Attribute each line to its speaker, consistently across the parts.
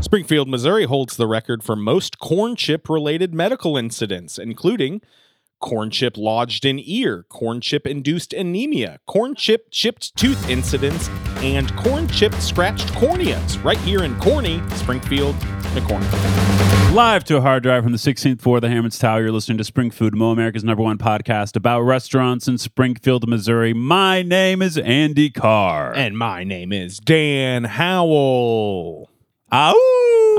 Speaker 1: Springfield, Missouri holds the record for most corn chip related medical incidents, including corn chip lodged in ear, corn chip induced anemia, corn chip chipped tooth incidents, and corn chip scratched corneas right here in Corny, Springfield, McCormick.
Speaker 2: Live to a hard drive from the 16th floor of the Hammond's Tower, you're listening to Spring Food, Mo America's number one podcast about restaurants in Springfield, Missouri. My name is Andy Carr.
Speaker 1: And my name is Dan Howell.
Speaker 2: Ow!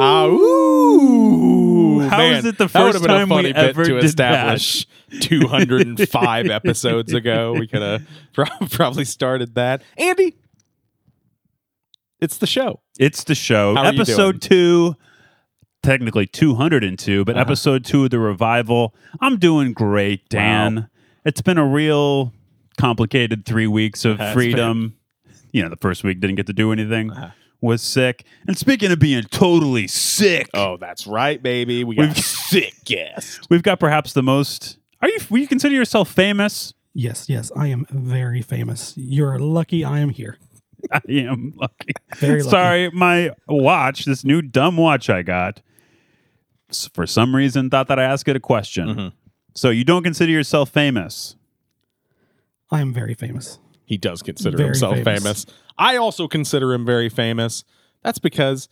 Speaker 1: Ow!
Speaker 2: How is it the
Speaker 1: Ah, that would've
Speaker 2: first
Speaker 1: been a
Speaker 2: time
Speaker 1: funny
Speaker 2: we
Speaker 1: bit
Speaker 2: ever
Speaker 1: to
Speaker 2: did
Speaker 1: establish 205 episodes ago? We could have pro- probably started that. Andy, it's the show.
Speaker 2: It's the show.
Speaker 1: How are you
Speaker 2: episode two, technically 202,
Speaker 1: Uh-huh.
Speaker 2: but episode two of the revival. I'm doing great, Dan. It's been a real complicated three weeks of
Speaker 1: has Uh-huh.
Speaker 2: freedom. You know, the first week didn't get to do anything, was sick. And speaking of being totally sick,
Speaker 1: Oh, that's right, baby. We got
Speaker 2: We've-
Speaker 1: a sick guest.
Speaker 2: we've got perhaps the most. Are you, will you consider yourself famous?
Speaker 3: Yes, yes, I am very famous. You're lucky I am here.
Speaker 2: I am lucky.
Speaker 3: Very lucky.
Speaker 2: Sorry, my watch, this new dumb watch I got, s- for some reason thought that I asked it a question.
Speaker 1: Mm-hmm.
Speaker 2: So you don't consider yourself famous?
Speaker 3: I am very famous.
Speaker 1: He does consider
Speaker 3: Very
Speaker 1: himself famous.
Speaker 3: famous.
Speaker 1: I also consider him very famous. That's because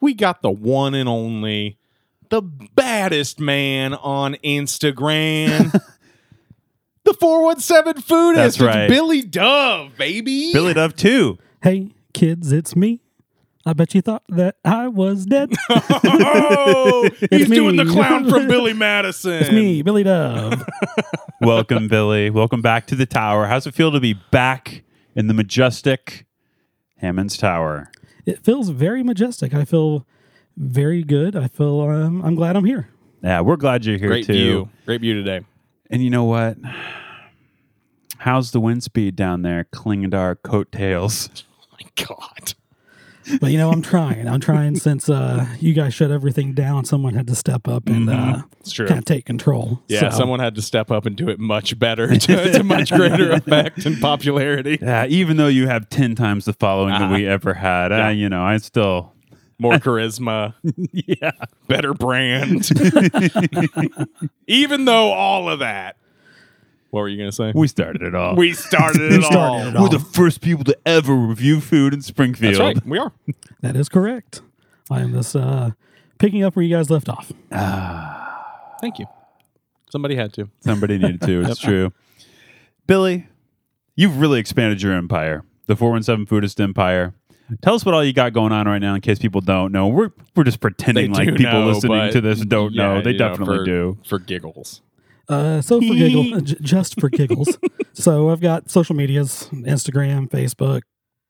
Speaker 1: we got the one and only, the baddest man on Instagram. the 417 foodist.
Speaker 2: That's
Speaker 1: It's
Speaker 2: right.
Speaker 1: Billy Dove, baby.
Speaker 2: Billy Dove too.
Speaker 3: Hey, kids, it's me. I bet you thought that I was dead.
Speaker 1: Oh, he's
Speaker 3: It's me.
Speaker 1: doing the clown from Billy Madison.
Speaker 3: it's me, Billy Dove.
Speaker 2: Welcome, Billy. Welcome back to the tower. How's it feel to be back in the majestic Hammond's Tower?
Speaker 3: it feels very majestic. I feel very good. I feel um, I'm glad I'm here.
Speaker 2: Yeah, we're glad you're here
Speaker 1: Great
Speaker 2: too.
Speaker 1: view. Great view today.
Speaker 2: And you know what? How's the wind speed down there clinging to our coattails?
Speaker 1: My God.
Speaker 3: But you know, I'm trying. I'm trying since uh, you guys shut everything down. Someone had to step up and uh,
Speaker 1: Mm-hmm. It's true.
Speaker 3: kind of take control.
Speaker 1: Yeah,
Speaker 3: So,
Speaker 1: someone had to step up and do it much better to, to much greater effect and popularity.
Speaker 2: Yeah, even though you have 10 times the following
Speaker 1: Uh-huh.
Speaker 2: that we ever had, uh, you know, I still.
Speaker 1: More charisma,
Speaker 2: Yeah.
Speaker 1: better brand. Even though all of that. What were you going to say?
Speaker 2: We started it all.
Speaker 1: We started
Speaker 3: We started it all.
Speaker 2: We're the first people to ever review food in Springfield.
Speaker 1: That's right. We are.
Speaker 3: that is correct. I am this uh, picking up where you guys left off.
Speaker 1: Thank you. Somebody had to.
Speaker 2: Somebody needed to. It's true. Billy, you've really expanded your empire, the 417 Foodist Empire. Tell us what all you got going on right now in case people don't know. We're, we're just pretending like
Speaker 1: do
Speaker 2: people
Speaker 1: know,
Speaker 2: listening
Speaker 1: but
Speaker 2: to this don't
Speaker 1: yeah,
Speaker 2: know. They
Speaker 1: you know,
Speaker 2: definitely
Speaker 1: for-
Speaker 2: do.
Speaker 1: For giggles.
Speaker 3: Uh, so for giggle, j- just for giggles. so I've got social medias: Instagram, Facebook.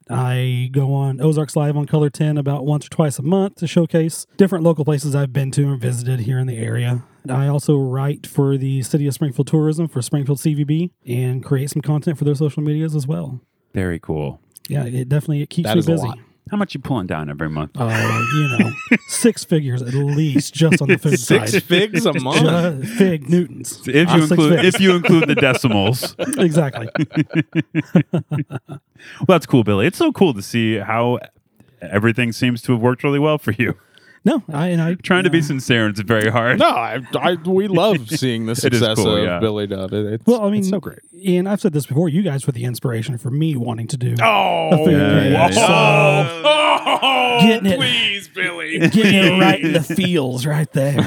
Speaker 3: I go on Ozarks Live on Color Ten about once or twice a month to showcase different local places I've been to and visited here in the area. And I also write for the City of Springfield Tourism for Springfield CVB and create some content for their social medias as well.
Speaker 2: Very cool.
Speaker 3: Yeah, it definitely it keeps
Speaker 1: That
Speaker 3: me
Speaker 1: is a
Speaker 3: busy.
Speaker 1: lot.
Speaker 2: How much you pulling down every month?
Speaker 3: Uh, you know, six figures at least just on the food
Speaker 1: Six
Speaker 3: side.
Speaker 1: figs a month.
Speaker 3: Ju- fig Newtons.
Speaker 2: If
Speaker 3: Uh,
Speaker 2: you
Speaker 3: six
Speaker 2: include
Speaker 3: figs.
Speaker 2: if you include the decimals.
Speaker 3: exactly.
Speaker 2: Well, that's cool, Billy. It's so cool to see how everything seems to have worked really well for you.
Speaker 3: No, I and I
Speaker 2: Trying to be sincere, it's very hard.
Speaker 1: No, I, I, we love seeing the
Speaker 2: is
Speaker 1: success
Speaker 2: cool,
Speaker 1: of
Speaker 2: yeah.
Speaker 1: Billy Dove. It- it's,
Speaker 3: Well, I mean,
Speaker 1: it's so great.
Speaker 3: And I've said this before. You guys were the inspiration for me wanting to do
Speaker 1: Oh,
Speaker 3: food
Speaker 2: Yeah, yeah,
Speaker 3: page.
Speaker 2: yeah.
Speaker 3: So,
Speaker 1: oh,
Speaker 3: Getting it.
Speaker 1: please, Billy.
Speaker 3: getting it right in the feels, right there.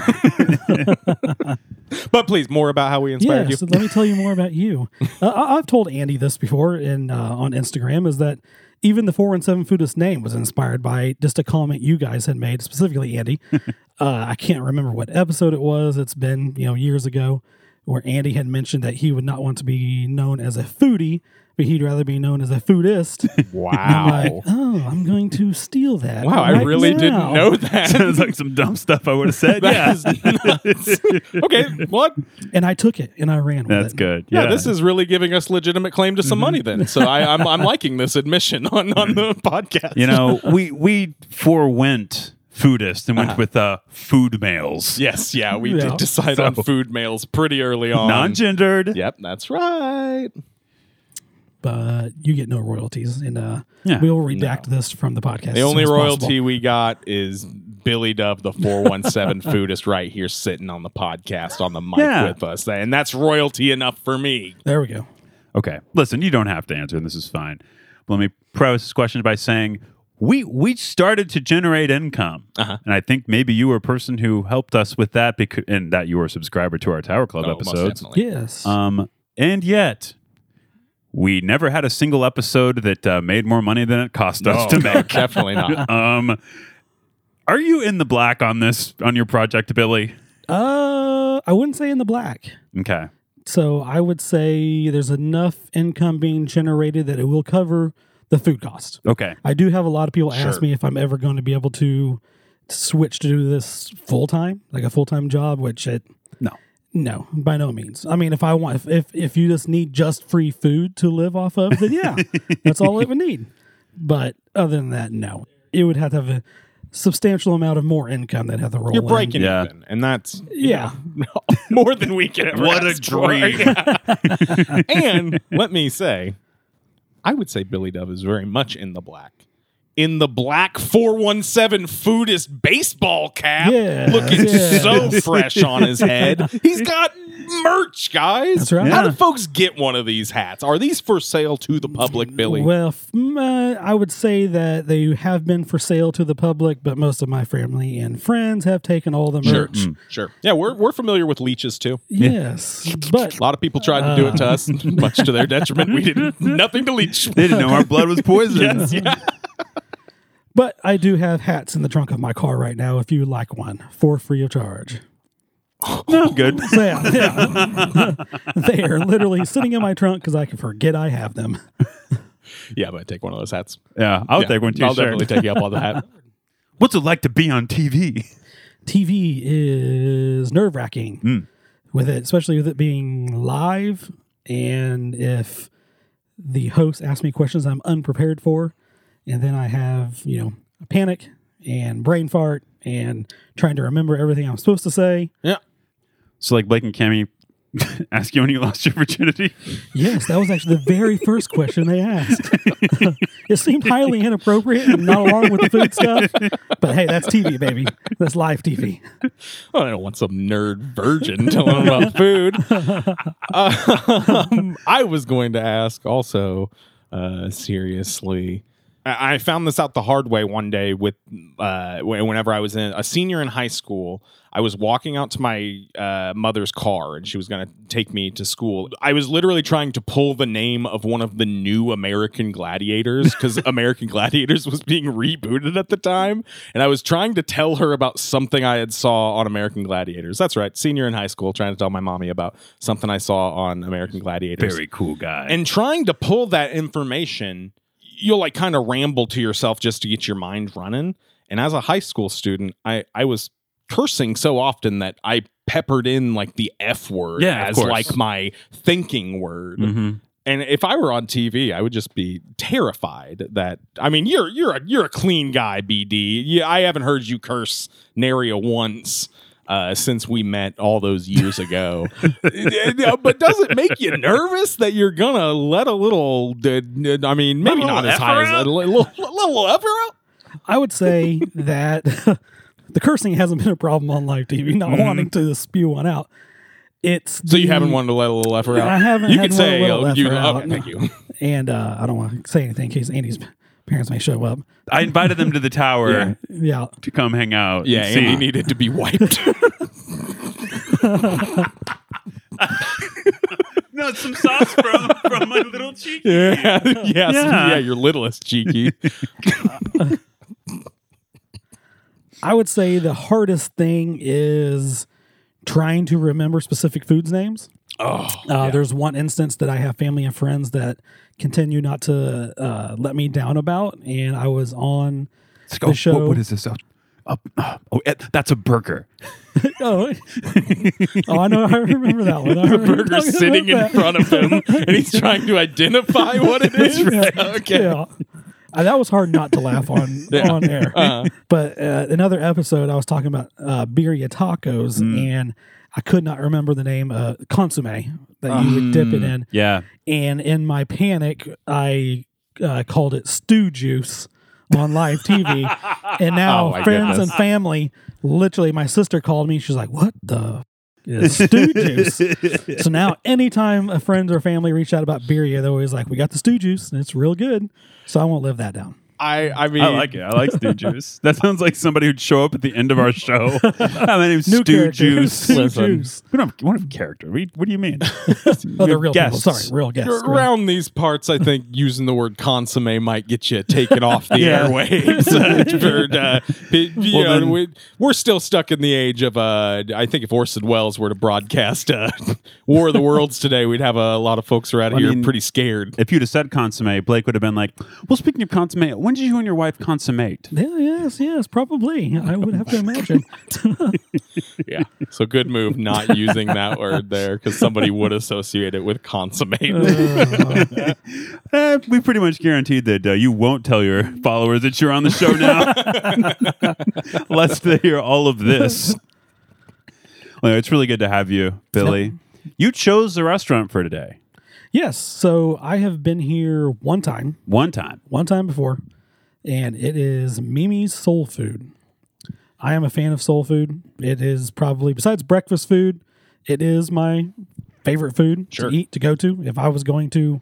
Speaker 1: But please, more about how we inspired
Speaker 3: yeah. So let me tell you more about you. Uh, I- I've told Andy this before in uh, on Instagram is that even the four and seven foodist name was inspired by just a comment you guys had made specifically, Andy. uh, I can't remember what episode it was. It's been you know years ago where Andy had mentioned that he would not want to be known as a foodie, but he'd rather be known as a foodist.
Speaker 1: you. Wow.
Speaker 3: like, oh, I'm going to steal that.
Speaker 1: Wow, I
Speaker 3: right
Speaker 1: really
Speaker 3: now."
Speaker 1: didn't know that.
Speaker 2: Sounds like some dumb stuff I would have said.
Speaker 1: That
Speaker 2: yeah.
Speaker 1: is nuts. okay, what?
Speaker 3: And I took it and I ran with
Speaker 2: That's
Speaker 3: it.
Speaker 2: good.
Speaker 1: Yeah. this is really giving us legitimate claim to some money then. So I, I'm, I'm liking this admission on, on the podcast.
Speaker 2: you know, we we forewent foodist and went with uh food males.
Speaker 1: Yes, Uh-huh. yeah, we
Speaker 3: Yeah.
Speaker 1: did decide on food mails pretty early on.
Speaker 2: Non-gendered.
Speaker 1: Yep, that's right.
Speaker 3: But you get no royalties. And uh,
Speaker 2: Yeah.
Speaker 3: we'll redact this from the podcast.
Speaker 1: The
Speaker 3: as
Speaker 1: only
Speaker 3: soon as
Speaker 1: royalty we got is Billy Dove, the 417 foodist, right here sitting on the podcast on the mic
Speaker 2: Yeah.
Speaker 1: with us. And that's royalty enough for me.
Speaker 3: There we go.
Speaker 2: Okay. Listen, you don't have to answer, and this is fine. But let me preface this question by saying we we started to generate income,
Speaker 1: Uh-huh.
Speaker 2: and I think maybe you were a person who helped us with that, because and that you were a subscriber to our Tower Club
Speaker 1: Oh, most
Speaker 2: episodes.
Speaker 1: definitely.
Speaker 3: Yes.
Speaker 1: uh,
Speaker 2: Um, and yet. We never had a single episode that uh, made more money than it cost us
Speaker 1: No,
Speaker 2: to
Speaker 1: Oh, no,
Speaker 2: make.
Speaker 1: definitely not.
Speaker 2: um, are you in the black on this on your project, Billy?
Speaker 3: uh, I wouldn't say in the black.
Speaker 2: Okay.
Speaker 3: So I would say there's enough income being generated that it will cover the food cost.
Speaker 2: Okay.
Speaker 3: I do have a lot of people ask
Speaker 1: Sure.
Speaker 3: me if I'm ever going to be able to switch to do this full time, like a full time job, which it
Speaker 2: No.
Speaker 3: no, by no means. I mean, if I want, if, if if you just need just free food to live off of, then yeah, that's all it would need. But other than that, no, it would have to have a substantial amount of more income that have to roll.
Speaker 1: You're
Speaker 3: in.
Speaker 1: breaking
Speaker 2: Yeah.
Speaker 1: even. And that's
Speaker 3: yeah.
Speaker 1: more than we can ever
Speaker 2: What a
Speaker 1: ask for.
Speaker 2: dream.
Speaker 1: Yeah. and let me say, I would say Billy Dove is very much in the black. In the black 417 foodist baseball cap,
Speaker 3: Yes,
Speaker 1: looking
Speaker 3: yes.
Speaker 1: so fresh on his head. He's got merch, guys.
Speaker 3: That's right.
Speaker 1: How
Speaker 2: Yeah.
Speaker 1: do folks get one of these hats? Are these for sale to the public, Billy?
Speaker 3: Well, f- mm, uh, I would say that they have been for sale to the public, but most of my family and friends have taken all the
Speaker 1: sure, Mm,
Speaker 3: merch.
Speaker 1: sure. Yeah, we're, we're familiar with leeches too.
Speaker 3: Yes, but
Speaker 1: A lot of people tried to do it to
Speaker 3: Uh.
Speaker 1: us, much to their detriment. We did nothing to leech.
Speaker 2: They didn't know our blood was poison.
Speaker 3: but I do have hats in the trunk of my car right now. If you would like one for free of charge,
Speaker 2: No, good.
Speaker 3: So, yeah, yeah. they are literally sitting in my trunk because I can forget I have them.
Speaker 1: Yeah, but take one of those hats.
Speaker 2: Yeah, I'll take one too.
Speaker 1: I'll
Speaker 2: sure.
Speaker 1: definitely take you up on the hat.
Speaker 2: What's it like to be on TV?
Speaker 3: TV is nerve wracking with it, especially with it being live. And if the host asks me questions I'm unprepared for, and then I have, you know, a panic and brain fart and trying to remember everything I'm supposed to say.
Speaker 1: Yeah.
Speaker 2: So, like Blake and Cammy ask you when you lost your virginity.
Speaker 3: Yes, that was actually the very first question they asked. it seemed highly inappropriate and not along with the food stuff. But hey, that's TV, baby. That's live TV.
Speaker 1: Well, Oh, I don't want some nerd virgin telling them about food. Um, I was going to ask also, uh, seriously. I I found this out the hard way one day with uh, wh- whenever I was in a senior in high school. I was walking out to my uh, mother's car and she was going to take me to school. I was literally trying to pull the name of one of the new American Gladiators because American Gladiators was being rebooted at the time. And I was trying to tell her about something I had saw on American Gladiators. That's right, senior in high school, trying to tell my mommy about something I saw on American Gladiators
Speaker 2: cool guy.
Speaker 1: and trying to pull that information you'll like kind of ramble to yourself just to get your mind running and as a high school student i i was cursing so often that i peppered in like the f word
Speaker 2: Yeah, of
Speaker 1: as
Speaker 2: course.
Speaker 1: like my thinking word
Speaker 2: Mhm.
Speaker 1: and if i were on tv i would just be terrified that i mean you're you're a you're a clean guy bd yeah i haven't heard you curse nary a once uh, since we met all those years ago. Yeah, but does it make you nervous that you're gonna let a little? d- d- I mean, maybe
Speaker 2: A little
Speaker 1: not as high
Speaker 2: effer
Speaker 1: as
Speaker 2: up?
Speaker 1: a little, little, little upper up.
Speaker 3: I would say that the cursing hasn't been a problem on live TV, not wanting to spew one out. It's
Speaker 1: Mm-hmm. So you
Speaker 3: the-
Speaker 1: haven't wanted to let a little effer out.
Speaker 3: I haven't
Speaker 1: You
Speaker 3: had
Speaker 1: could
Speaker 3: one
Speaker 1: say
Speaker 3: little
Speaker 1: oh, you.
Speaker 3: effer out,
Speaker 1: Okay,
Speaker 3: no.
Speaker 1: thank you.
Speaker 3: And uh, I don't want to say anything in case Andy's parents may show up.
Speaker 2: I invited them to the tower
Speaker 3: Yeah.
Speaker 2: to come hang out.
Speaker 1: Yeah,
Speaker 2: and see.
Speaker 1: Andy needed to be wiped.
Speaker 2: no, some sauce from from my little cheek.
Speaker 1: yeah, yes, yeah.
Speaker 2: Yeah.
Speaker 1: Your littlest cheeky.
Speaker 3: I would say the hardest thing is trying to remember specific foods names.
Speaker 1: Oh,
Speaker 3: Uh, There's one instance that I have family and friends that continue not to uh, let me down about, and I was on.
Speaker 2: It's like,
Speaker 3: The
Speaker 2: oh,
Speaker 3: show-
Speaker 2: What, what is this? Oh, oh, oh, eh, that's a burger.
Speaker 3: Oh, oh, I know, I remember that one. I remember
Speaker 1: burger
Speaker 3: talking
Speaker 1: sitting in
Speaker 3: about that.
Speaker 1: front of him, and he's trying to identify what it is. Okay.
Speaker 3: Yeah. Uh, that was hard not to laugh on
Speaker 1: Yeah.
Speaker 3: on air.
Speaker 1: Uh-huh.
Speaker 3: But uh, another episode, I was talking about uh, birria tacos,
Speaker 1: Mm.
Speaker 3: and I could not remember the name uh, consomme that you would dip it
Speaker 1: Mm.
Speaker 3: in.
Speaker 2: Yeah.
Speaker 3: And in my panic, I uh, called it stew juice on live TV. and now
Speaker 1: Oh, my
Speaker 3: friends
Speaker 1: goodness.
Speaker 3: and family, literally, my sister called me. She's like, "What the is Stooges?" so now, anytime a friend or family reached out about birria, they're always like, "We got the stew juice, and it's real good." So I won't live that down.
Speaker 1: I I mean
Speaker 2: I like it. I like stew juice. That sounds like somebody who'd show up at the end of our show. Hi, my name's
Speaker 3: New
Speaker 2: Stew
Speaker 3: character,
Speaker 2: Juice.
Speaker 3: Stew Juice.
Speaker 2: We don't have, we don't have character. We, what do you mean?
Speaker 3: Oh,
Speaker 2: We
Speaker 3: they're
Speaker 2: have
Speaker 3: real
Speaker 2: guests.
Speaker 3: people. Sorry, real guests. real-
Speaker 1: around these parts, I think using the word consomme might get you taken off the
Speaker 2: Yeah.
Speaker 1: airwaves. For, uh, you
Speaker 2: Well,
Speaker 1: know,
Speaker 2: then-
Speaker 1: we, we're still stuck in the age of, uh, I think if Orson Welles were to broadcast uh, War of the Worlds today, we'd have a lot of folks who are out of
Speaker 2: I
Speaker 1: here
Speaker 2: mean-
Speaker 1: pretty scared.
Speaker 2: If you'd have said consomme, Blake would have been like, well, speaking of consomme, when did you and your wife consummate?
Speaker 3: Yeah, yes, yes, probably. I would have to imagine.
Speaker 1: Yeah. So good move not using that word there because somebody would associate it with consummate.
Speaker 3: Uh,
Speaker 2: Eh, we pretty much guaranteed that uh, you won't tell your followers that you're on the show now, lest they hear all of this. Well, it's really good to have you, Billy. You chose the restaurant for today.
Speaker 3: yes. So I have been here one time,
Speaker 2: One time.
Speaker 3: one time before, and it is Mimi's Soul Food. I am a fan of soul food. It is probably, besides breakfast food, it is my favorite food
Speaker 1: Sure.
Speaker 3: to eat, to go to. If I was going to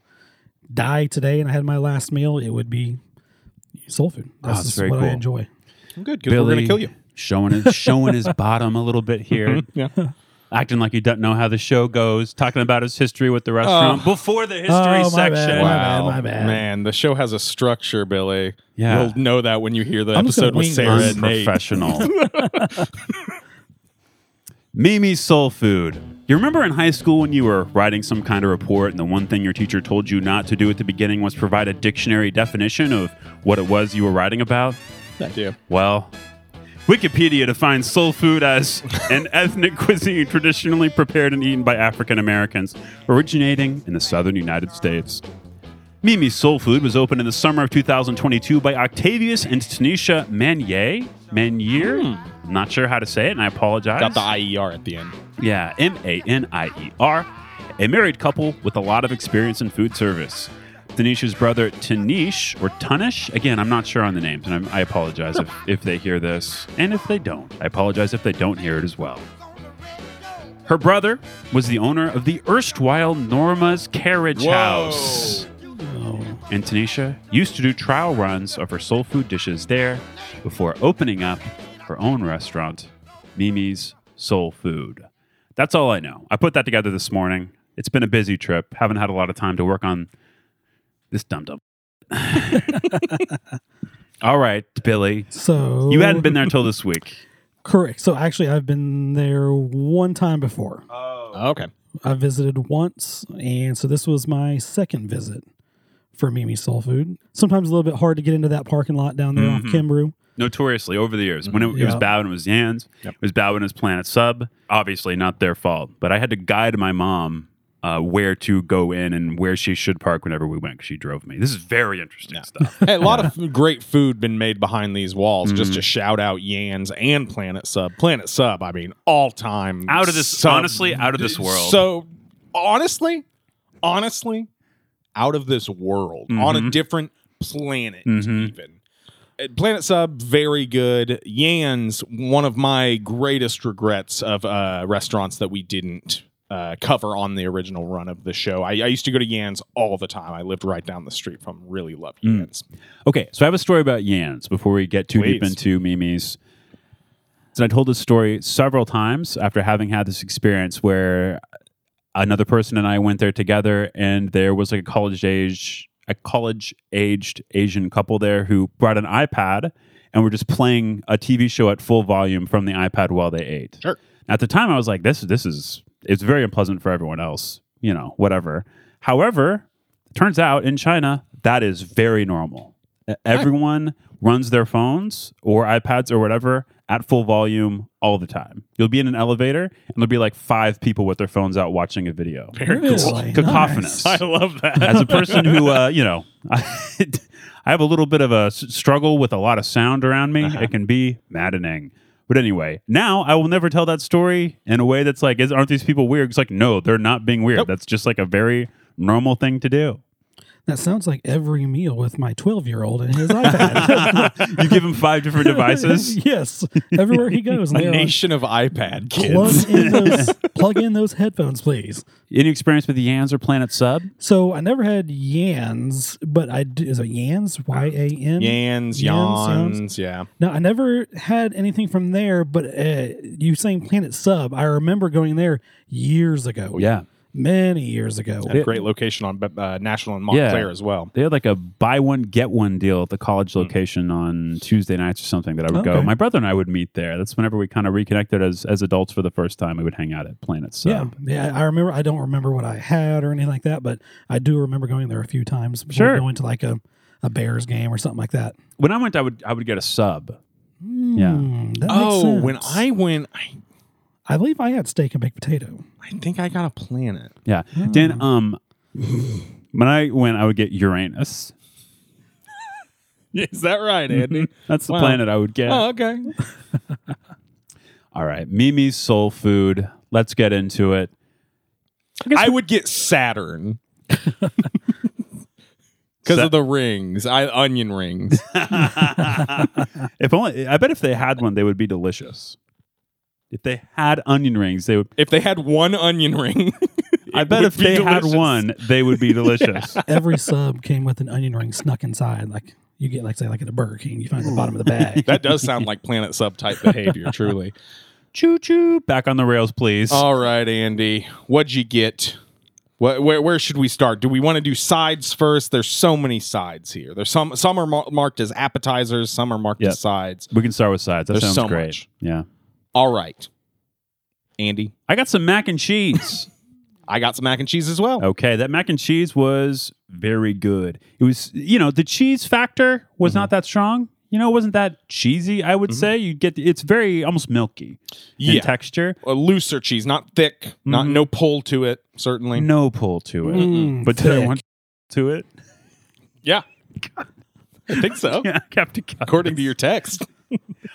Speaker 3: die today and I had my last meal, it would be soul food. That's
Speaker 2: Ah, that's
Speaker 3: just
Speaker 2: very
Speaker 3: what I
Speaker 2: cool.
Speaker 3: enjoy.
Speaker 1: good because we're going to kill you. Mm-hmm.
Speaker 2: Showing his showing his bottom a little bit here.
Speaker 1: Yeah.
Speaker 2: Acting like he doesn't know how the show goes, talking about his history with the restaurant before the history
Speaker 3: Oh, my bad.
Speaker 2: section.
Speaker 3: Wow. my bad.
Speaker 1: Man, the show has a structure, Billy.
Speaker 2: Yeah.
Speaker 1: You'll know that when you hear the
Speaker 3: I'm just gonna
Speaker 1: episode with
Speaker 3: wing
Speaker 1: Sarah
Speaker 3: this.
Speaker 1: and Nate.
Speaker 2: Unprofessional. Mimi's Soul Food. You remember in high school when you were writing some kind of report, and the one thing your teacher told you not to do at the beginning was provide a dictionary definition of what it was you were writing about?
Speaker 1: Yeah.
Speaker 2: Well, Wikipedia defines soul food as an ethnic cuisine traditionally prepared and eaten by African Americans, originating in the southern United States. Mimi's Soul Food was opened in the summer of 2022 by Octavius and Tanisha Manier. Manier? Not sure how to say it, and I apologize.
Speaker 1: Hmm. Got the IER at the end.
Speaker 2: Yeah, M A N I E R. A married couple with a lot of experience in food service. Tanisha's brother Tanish or Tunish. Again, I'm not sure on the names, and I'm, I apologize if, if they hear this. And if they don't, I apologize if they don't hear it as well. Her brother was the owner of the erstwhile Norma's Carriage
Speaker 1: Whoa.
Speaker 2: House.
Speaker 3: Oh.
Speaker 2: And Tanisha used to do trial runs of her soul food dishes there before opening up her own restaurant, Mimi's Soul Food. That's all I know. I put that together this morning. It's been a busy trip. Haven't had a lot of time to work on this dum dum. all right, Billy.
Speaker 3: So
Speaker 2: You hadn't been there until this week.
Speaker 3: Correct. So actually, I've been there one time before.
Speaker 1: Okay.
Speaker 3: I visited once, and so this was my second visit for Mimi Soul Food. Sometimes a little bit hard to get into that parking lot down there
Speaker 2: Mhm.
Speaker 1: Mm-hmm.
Speaker 3: off Kimbrew.
Speaker 2: notoriously over the years. When it, it was
Speaker 3: Yeah.
Speaker 2: Bowen, it was Yans.
Speaker 1: Yep.
Speaker 2: It was Bowen, it was Planet Sub. Obviously, not their fault. But I had to guide my mom uh, where to go in and where she should park whenever we went 'cause she drove me. This is very interesting stuff.
Speaker 1: Hey, a lot of great food been made behind these walls. Just to
Speaker 3: Mm.
Speaker 1: shout out Yans and Planet Sub. Planet Sub, I mean, all time
Speaker 2: Out of this,
Speaker 1: sub-
Speaker 2: honestly, out of this world.
Speaker 1: So honestly, honestly, out of this world on
Speaker 2: Mm-hmm.
Speaker 1: a different planet, even. Uh, Planet Sub, very good. Yans, one of my greatest regrets of uh, restaurants that we didn't uh, cover on the original run of the show. I, I used to go to Yans all the time. I lived right down the street from. 'em. Really loved
Speaker 2: Mm.
Speaker 1: Yans.
Speaker 2: Okay, so I have a story about Yans before we get too deep
Speaker 1: Please.
Speaker 2: into Mimi's. And I told this story several times after having had this experience where another person and I went there together, and there was like a college age, a college aged Asian couple there who brought an iPad and were just playing a TV show at full volume from the iPad while they ate.
Speaker 1: Sure.
Speaker 2: At the time, I was like, "This, this is it's very unpleasant for everyone else." You know, whatever. However, turns out in China that is very normal. E- Everyone runs their phones or iPads or whatever at full volume all the time. You'll be in an elevator and there'll be like five people with their phones out watching a video.
Speaker 3: Really?
Speaker 2: Cacophonous.
Speaker 3: Nice.
Speaker 1: love that.
Speaker 2: As a person who, uh, you know, I, I have a little bit of a s- struggle with a lot of sound around me. It can be maddening. But anyway, now I will never tell that story in a way that's like, is, aren't these people weird? It's like, no, they're not being weird.
Speaker 1: Nope.
Speaker 2: That's just like a very normal thing to do.
Speaker 3: That sounds like every meal with my 12 year old and his iPad.
Speaker 2: you give him five different devices.
Speaker 3: yes. Everywhere he goes.
Speaker 1: A
Speaker 3: and they're like,
Speaker 1: nation of iPad kids.
Speaker 3: plug, in those, plug in those headphones, please.
Speaker 2: Any experience with the Yans or Planet Sub?
Speaker 3: So I never had Yans, but I d- is it Yans? Y A N?
Speaker 1: Yans,
Speaker 3: Yawns.
Speaker 1: yawns, yeah.
Speaker 3: No, I never had anything from there, but uh, you saying Planet Sub, I remember going there years
Speaker 1: Oh,
Speaker 3: ago.
Speaker 2: Yeah.
Speaker 3: Many years ago.
Speaker 1: At a great location on uh, National and Montclair as well.
Speaker 2: They had like a buy one, get one deal at the college location on Tuesday nights or something that I would go.
Speaker 3: Hmm. Okay.
Speaker 2: My brother and I would meet there. That's whenever we kind of reconnected as, as adults for the first time. We would hang out at Planet Sub.
Speaker 3: Yeah, Um, yeah. I remember. I don't remember what I had or anything like that, but I do remember going there a few times. before
Speaker 2: Sure.
Speaker 3: going to like a, a Bears game or something like that.
Speaker 2: When I went, I would I would get a sub. Yeah.
Speaker 3: Hmm, that makes
Speaker 1: Oh, when
Speaker 3: sense.
Speaker 1: I went, I,
Speaker 3: I believe I had steak and baked potato.
Speaker 1: I think I got a planet.
Speaker 2: Yeah. Dan,
Speaker 3: Hmm.
Speaker 2: um, when I went, I would get Uranus.
Speaker 1: Is that right, Andy?
Speaker 2: That's the
Speaker 1: Wow.
Speaker 2: planet I would get.
Speaker 1: oh, okay.
Speaker 2: All right. Mimi's Soul Food. Let's get into it.
Speaker 1: I would get Saturn. Because
Speaker 2: Sa-
Speaker 1: of the rings, I onion rings.
Speaker 2: If only I bet if they had one, they would be delicious. If they had onion rings, they would.
Speaker 1: if they had one onion ring,
Speaker 2: I bet
Speaker 1: would
Speaker 2: if
Speaker 1: be
Speaker 2: they
Speaker 1: delicious.
Speaker 2: had one, they would be delicious.
Speaker 3: Every sub came with an onion ring snuck inside. Like you get, like say, like at a Burger King, you find the bottom of the bag.
Speaker 1: that does sound like planet sub type behavior. Truly.
Speaker 2: Choo choo. Back on the rails, please.
Speaker 1: All right, Andy, what'd you get? What, where, where should we start? Do we want to do sides first? There's so many sides here. There's some some are mar- marked as appetizers, some are marked
Speaker 2: Yep.
Speaker 1: as sides.
Speaker 2: we can start with sides. That
Speaker 1: There's
Speaker 2: sounds
Speaker 1: so
Speaker 2: great.
Speaker 1: much.
Speaker 2: Yeah.
Speaker 1: All right, Andy,
Speaker 2: I got some mac and cheese.
Speaker 1: I got some mac and cheese as well.
Speaker 2: okay. That mac and cheese was very good. It was, you know, the cheese factor was not
Speaker 1: Mm-hmm.
Speaker 2: that strong. You know, it wasn't that cheesy, I would say. You get, it's very almost milky in
Speaker 1: Yeah.
Speaker 2: texture.
Speaker 1: A looser cheese, not thick, not no pull to it. Certainly,
Speaker 2: Mm-hmm. No pull to it.
Speaker 1: Mm-hmm.
Speaker 3: Mm,
Speaker 2: But did I
Speaker 3: thick.
Speaker 2: want to it?
Speaker 1: yeah, I think so.
Speaker 2: Yeah, Captain Cal-
Speaker 1: According to your text,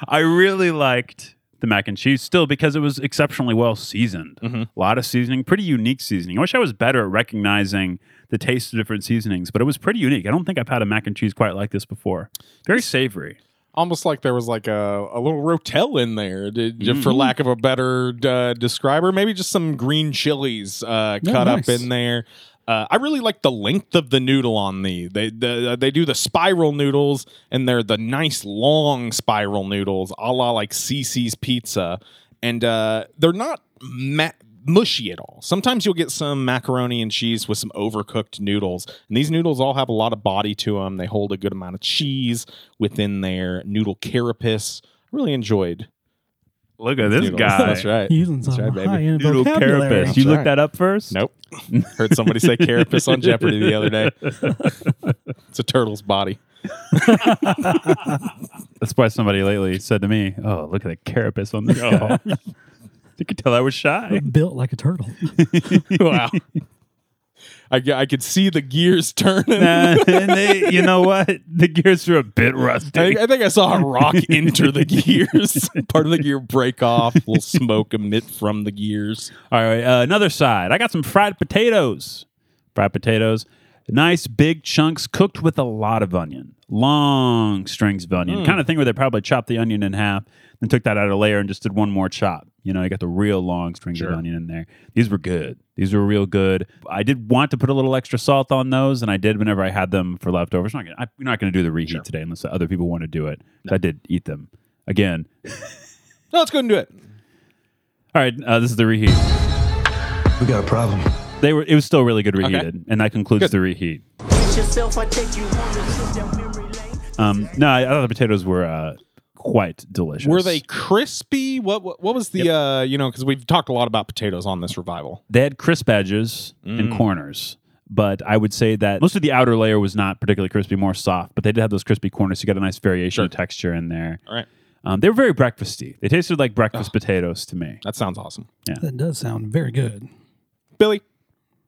Speaker 2: I really liked the mac and cheese still because it was exceptionally well seasoned.
Speaker 1: Mm-hmm.
Speaker 2: A lot of seasoning, pretty unique seasoning. I wish I was better at recognizing the taste of different seasonings, but it was pretty unique. I don't think I've had a mac and cheese quite like this before. Very savory.
Speaker 1: almost like there was like a, a little rotel in there, did, for
Speaker 3: Mm-hmm.
Speaker 1: lack of a better uh, describer. Maybe just some green chilies uh,
Speaker 3: Yeah,
Speaker 1: cut
Speaker 3: nice.
Speaker 1: up in there. Uh, I really like the length of the noodle on the. They the, uh, they do the spiral noodles, and they're the nice long spiral noodles, a la like CC's Pizza, and uh, they're not ma- mushy at all. Sometimes you'll get some macaroni and cheese with some overcooked noodles, and these noodles all have a lot of body to them. They hold a good amount of cheese within their noodle carapace. Really enjoyed
Speaker 2: Look at this
Speaker 1: noodles.
Speaker 2: guy.
Speaker 1: That's right.
Speaker 3: using some
Speaker 1: That's right, baby.
Speaker 3: high end
Speaker 2: Noodle
Speaker 3: vocabulary.
Speaker 2: carapace. You
Speaker 1: That's
Speaker 2: looked
Speaker 1: right.
Speaker 2: that up first?
Speaker 1: Nope. Heard somebody say carapace on Jeopardy the other day. it's a turtle's body.
Speaker 2: That's why somebody lately said to me, Oh, look at the carapace on
Speaker 1: Oh.
Speaker 2: this guy. you could tell I was shy.
Speaker 3: Built like a turtle.
Speaker 1: wow. I, g- I could see the gears turning.
Speaker 2: Nah, and they, you know what? The gears were a bit rusty.
Speaker 1: I, I think I saw a rock enter the gears. Part of the gear break off. A little smoke emit from the gears.
Speaker 2: All right, uh, another side. I got some fried potatoes. Fried potatoes, nice big chunks, cooked with a lot of onion, long strings of onion, kind of thing where they probably chopped the onion in half, then took that out of layer and just did one more chop. You know, you got the real long strings
Speaker 1: Sure.
Speaker 2: of onion in there. These were good. These were real good. I did want to put a little extra salt on those, and I did whenever I had them for leftovers. We're not gonna, I, we're not going to do the reheat today unless other people want to do it. But I did eat them again.
Speaker 1: No, let's go and do it.
Speaker 2: All right, uh, this is the reheat.
Speaker 4: We got a problem.
Speaker 2: They were. It was still really good reheated, and that concludes the reheat.
Speaker 5: yourself, I take you on a trip down memory lane.
Speaker 2: Um, no, I I thought the potatoes were uh, quite delicious.
Speaker 1: Were they crispy? What what, what was the uh you know because we've talked a lot about potatoes on this revival.
Speaker 2: They had crisp edges and
Speaker 1: Mm.
Speaker 2: corners, but I would say that most of the outer layer was not particularly crispy, more soft. But they did have those crispy corners. So you got a nice variation of texture in there.
Speaker 1: All right,
Speaker 2: Um, they were very breakfasty. They tasted like
Speaker 1: Ah.
Speaker 2: breakfast potatoes to me.
Speaker 1: that sounds awesome.
Speaker 3: that does sound very good.
Speaker 1: Billy,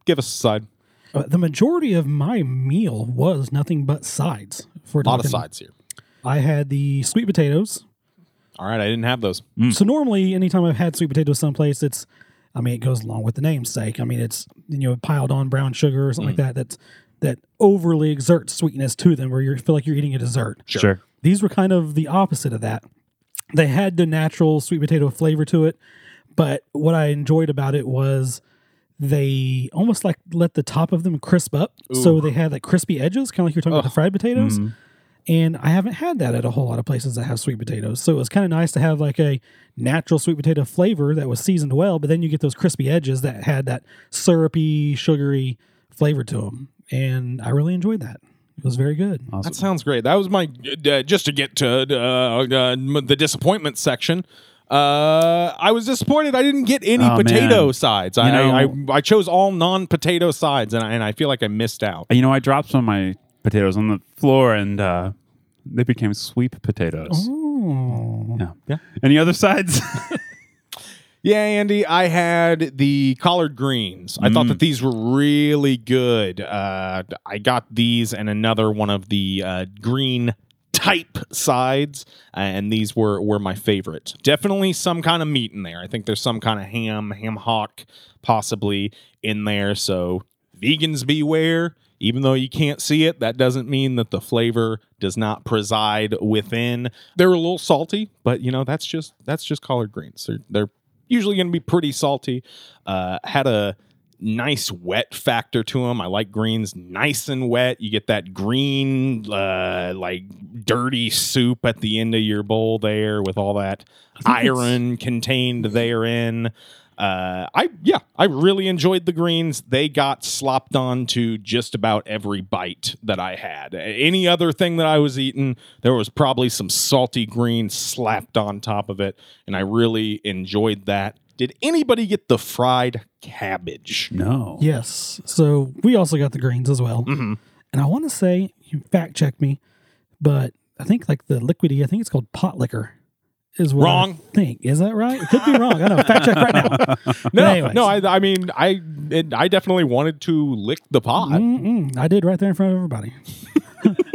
Speaker 1: give us a side.
Speaker 3: Uh, the majority of my meal was nothing but sides. For
Speaker 1: A lot of
Speaker 3: talking-
Speaker 1: sides here.
Speaker 3: I had the sweet potatoes.
Speaker 1: All right, I didn't have those.
Speaker 3: So normally, anytime I've had sweet potatoes someplace, it's, I mean, it goes along with the namesake. I mean, it's you know piled on brown sugar or something like that. That's that overly exerts sweetness to them where you feel like you're eating a dessert.
Speaker 1: Sure.
Speaker 3: These were kind of the opposite of that. They had the natural sweet potato flavor to it, but what I enjoyed about it was they almost like let the top of them crisp up. So they had like crispy edges, kind of like you're talking about the fried potatoes. And I haven't had that at a whole lot of places that have sweet potatoes. So it was kind of nice to have like a natural sweet potato flavor that was seasoned well, but then you get those crispy edges that had that syrupy, sugary flavor to them. And I really enjoyed that. It was very good.
Speaker 1: That sounds great. That was my uh, just to get to uh, uh, m- the disappointment section. Uh, I was disappointed. I didn't get any
Speaker 2: Oh,
Speaker 1: potato
Speaker 2: man.
Speaker 1: sides.
Speaker 2: You
Speaker 1: I,
Speaker 2: know-
Speaker 1: I I chose all non-potato sides, and I, and I feel like I missed out.
Speaker 2: You know, I dropped some of my potatoes on the floor and uh, they became sweep potatoes.
Speaker 1: Oh.
Speaker 2: Yeah. yeah. Any other sides?
Speaker 1: Yeah, Andy, I had the collard greens. I thought that these were really good. Uh, I got these and another one of the uh, green type sides, uh, and these were were my favorite. Definitely some kind of meat in there. I think there's some kind of ham, ham hock, possibly in there. So vegans beware. Even though you can't see it, that doesn't mean that the flavor does not preside within. They're a little salty, but you know that's just that's just collard greens. They're, they're usually going to be pretty salty. Uh, had a nice wet factor to them. I like greens nice and wet. You get that green, uh, like dirty soup at the end of your bowl there with all that iron contained therein. Uh, I yeah, I really enjoyed the greens. They got slopped on to just about every bite that I had. Any other thing that I was eating, there was probably some salty greens slapped on top of it, and I really enjoyed that. Did anybody get the fried cabbage?
Speaker 2: no.
Speaker 3: Yes. So we also got the greens as well.
Speaker 1: Mm-hmm.
Speaker 3: And I want to say, you fact check me, but I think like the liquidy, I think it's called pot liquor. Is what I
Speaker 1: Wrong.
Speaker 3: think is that right? It could be wrong. I don't know. Fact check right now.
Speaker 1: No,
Speaker 3: anyways.
Speaker 1: no. I, I mean, I it, I definitely wanted to lick the pot.
Speaker 3: Mm-mm, I did right there in front of everybody.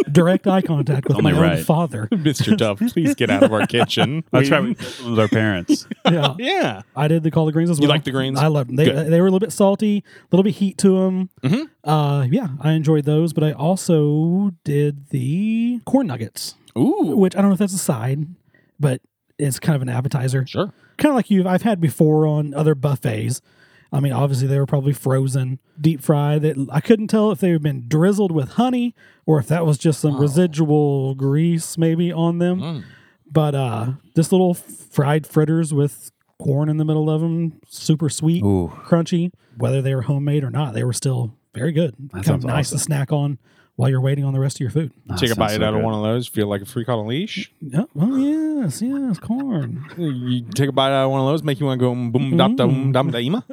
Speaker 3: Direct eye
Speaker 1: Oh,
Speaker 3: contact with
Speaker 2: Only
Speaker 3: my
Speaker 2: right.
Speaker 3: own father.
Speaker 1: Mr. Duff, please get out of our kitchen.
Speaker 2: That's right.
Speaker 1: We-
Speaker 2: We did that with our parents.
Speaker 3: Yeah,
Speaker 1: Yeah.
Speaker 3: I did the collard greens as well.
Speaker 1: like the greens?
Speaker 3: I loved them. They,
Speaker 1: Good. Mm-hmm.
Speaker 3: they were a little bit salty, a little bit heat to them. Uh, yeah, I enjoyed those, but I also did the corn nuggets.
Speaker 1: Ooh.
Speaker 3: which I don't know if that's a side, but it's kind of an appetizer.
Speaker 1: Sure.
Speaker 3: Kind of like you've I've had before on other buffets. I mean, obviously they were probably frozen, deep fried. That I couldn't tell if they had been drizzled with honey or if that was just
Speaker 2: Oh.
Speaker 3: some residual grease maybe on them.
Speaker 2: Mm.
Speaker 3: But uh this little fried fritters with corn in the middle of them, super sweet,
Speaker 2: Ooh.
Speaker 3: crunchy. Whether they were homemade or not, they were still very good. kind of
Speaker 2: sounds
Speaker 3: nice to snack on while you're waiting on the rest of your food.
Speaker 1: Take a
Speaker 2: That Ah, sounds
Speaker 1: bite
Speaker 2: so
Speaker 1: out of
Speaker 2: good.
Speaker 1: one of those. Feel like a freak on a leash.
Speaker 3: Oh, oh yes, yes, corn.
Speaker 1: You take a bite out of one of those, make you want to go mm, boom
Speaker 2: Mm-hmm.
Speaker 1: da da boom dum da ima.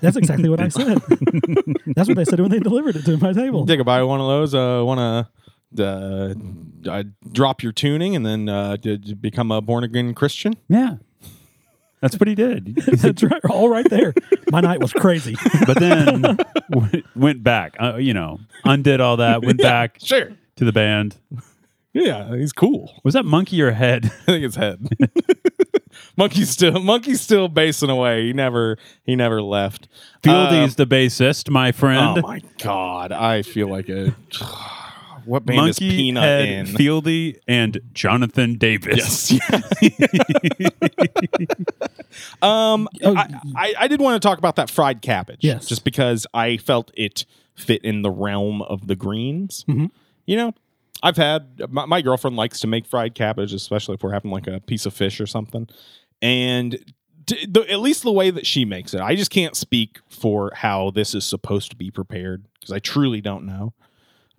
Speaker 3: That's exactly what I said. That's what they said when they delivered it to my table.
Speaker 1: Take a bite of one of those. Uh, want to uh, uh, drop your tuning and then uh, d- d- become a born again Christian.
Speaker 2: Yeah. That's what he did.
Speaker 3: That's right, all right there. My night was crazy.
Speaker 2: but then w- went back, uh, you know, undid all that, went back
Speaker 1: Sure.
Speaker 2: to the band.
Speaker 1: Yeah, he's cool.
Speaker 2: Was that monkey or head?
Speaker 1: I think it's head. monkey's still monkey's still basing away. He never he never left. Um,
Speaker 2: Fieldy's the bassist, my friend.
Speaker 1: Oh my god, I feel like a what band
Speaker 2: monkey
Speaker 1: is Peanut
Speaker 2: head,
Speaker 1: in?
Speaker 2: Fieldy, and Jonathan Davis.
Speaker 1: um,
Speaker 3: Oh,
Speaker 1: I, I, I did want to talk about that fried cabbage.
Speaker 3: Yes.
Speaker 1: Just because I felt it fit in the realm of the greens.
Speaker 3: Mm-hmm.
Speaker 1: You know, I've had my, my girlfriend likes to make fried cabbage, especially if we're having like a piece of fish or something. And t- the, at least the way that she makes it, I just can't speak for how this is supposed to be prepared because I truly don't know.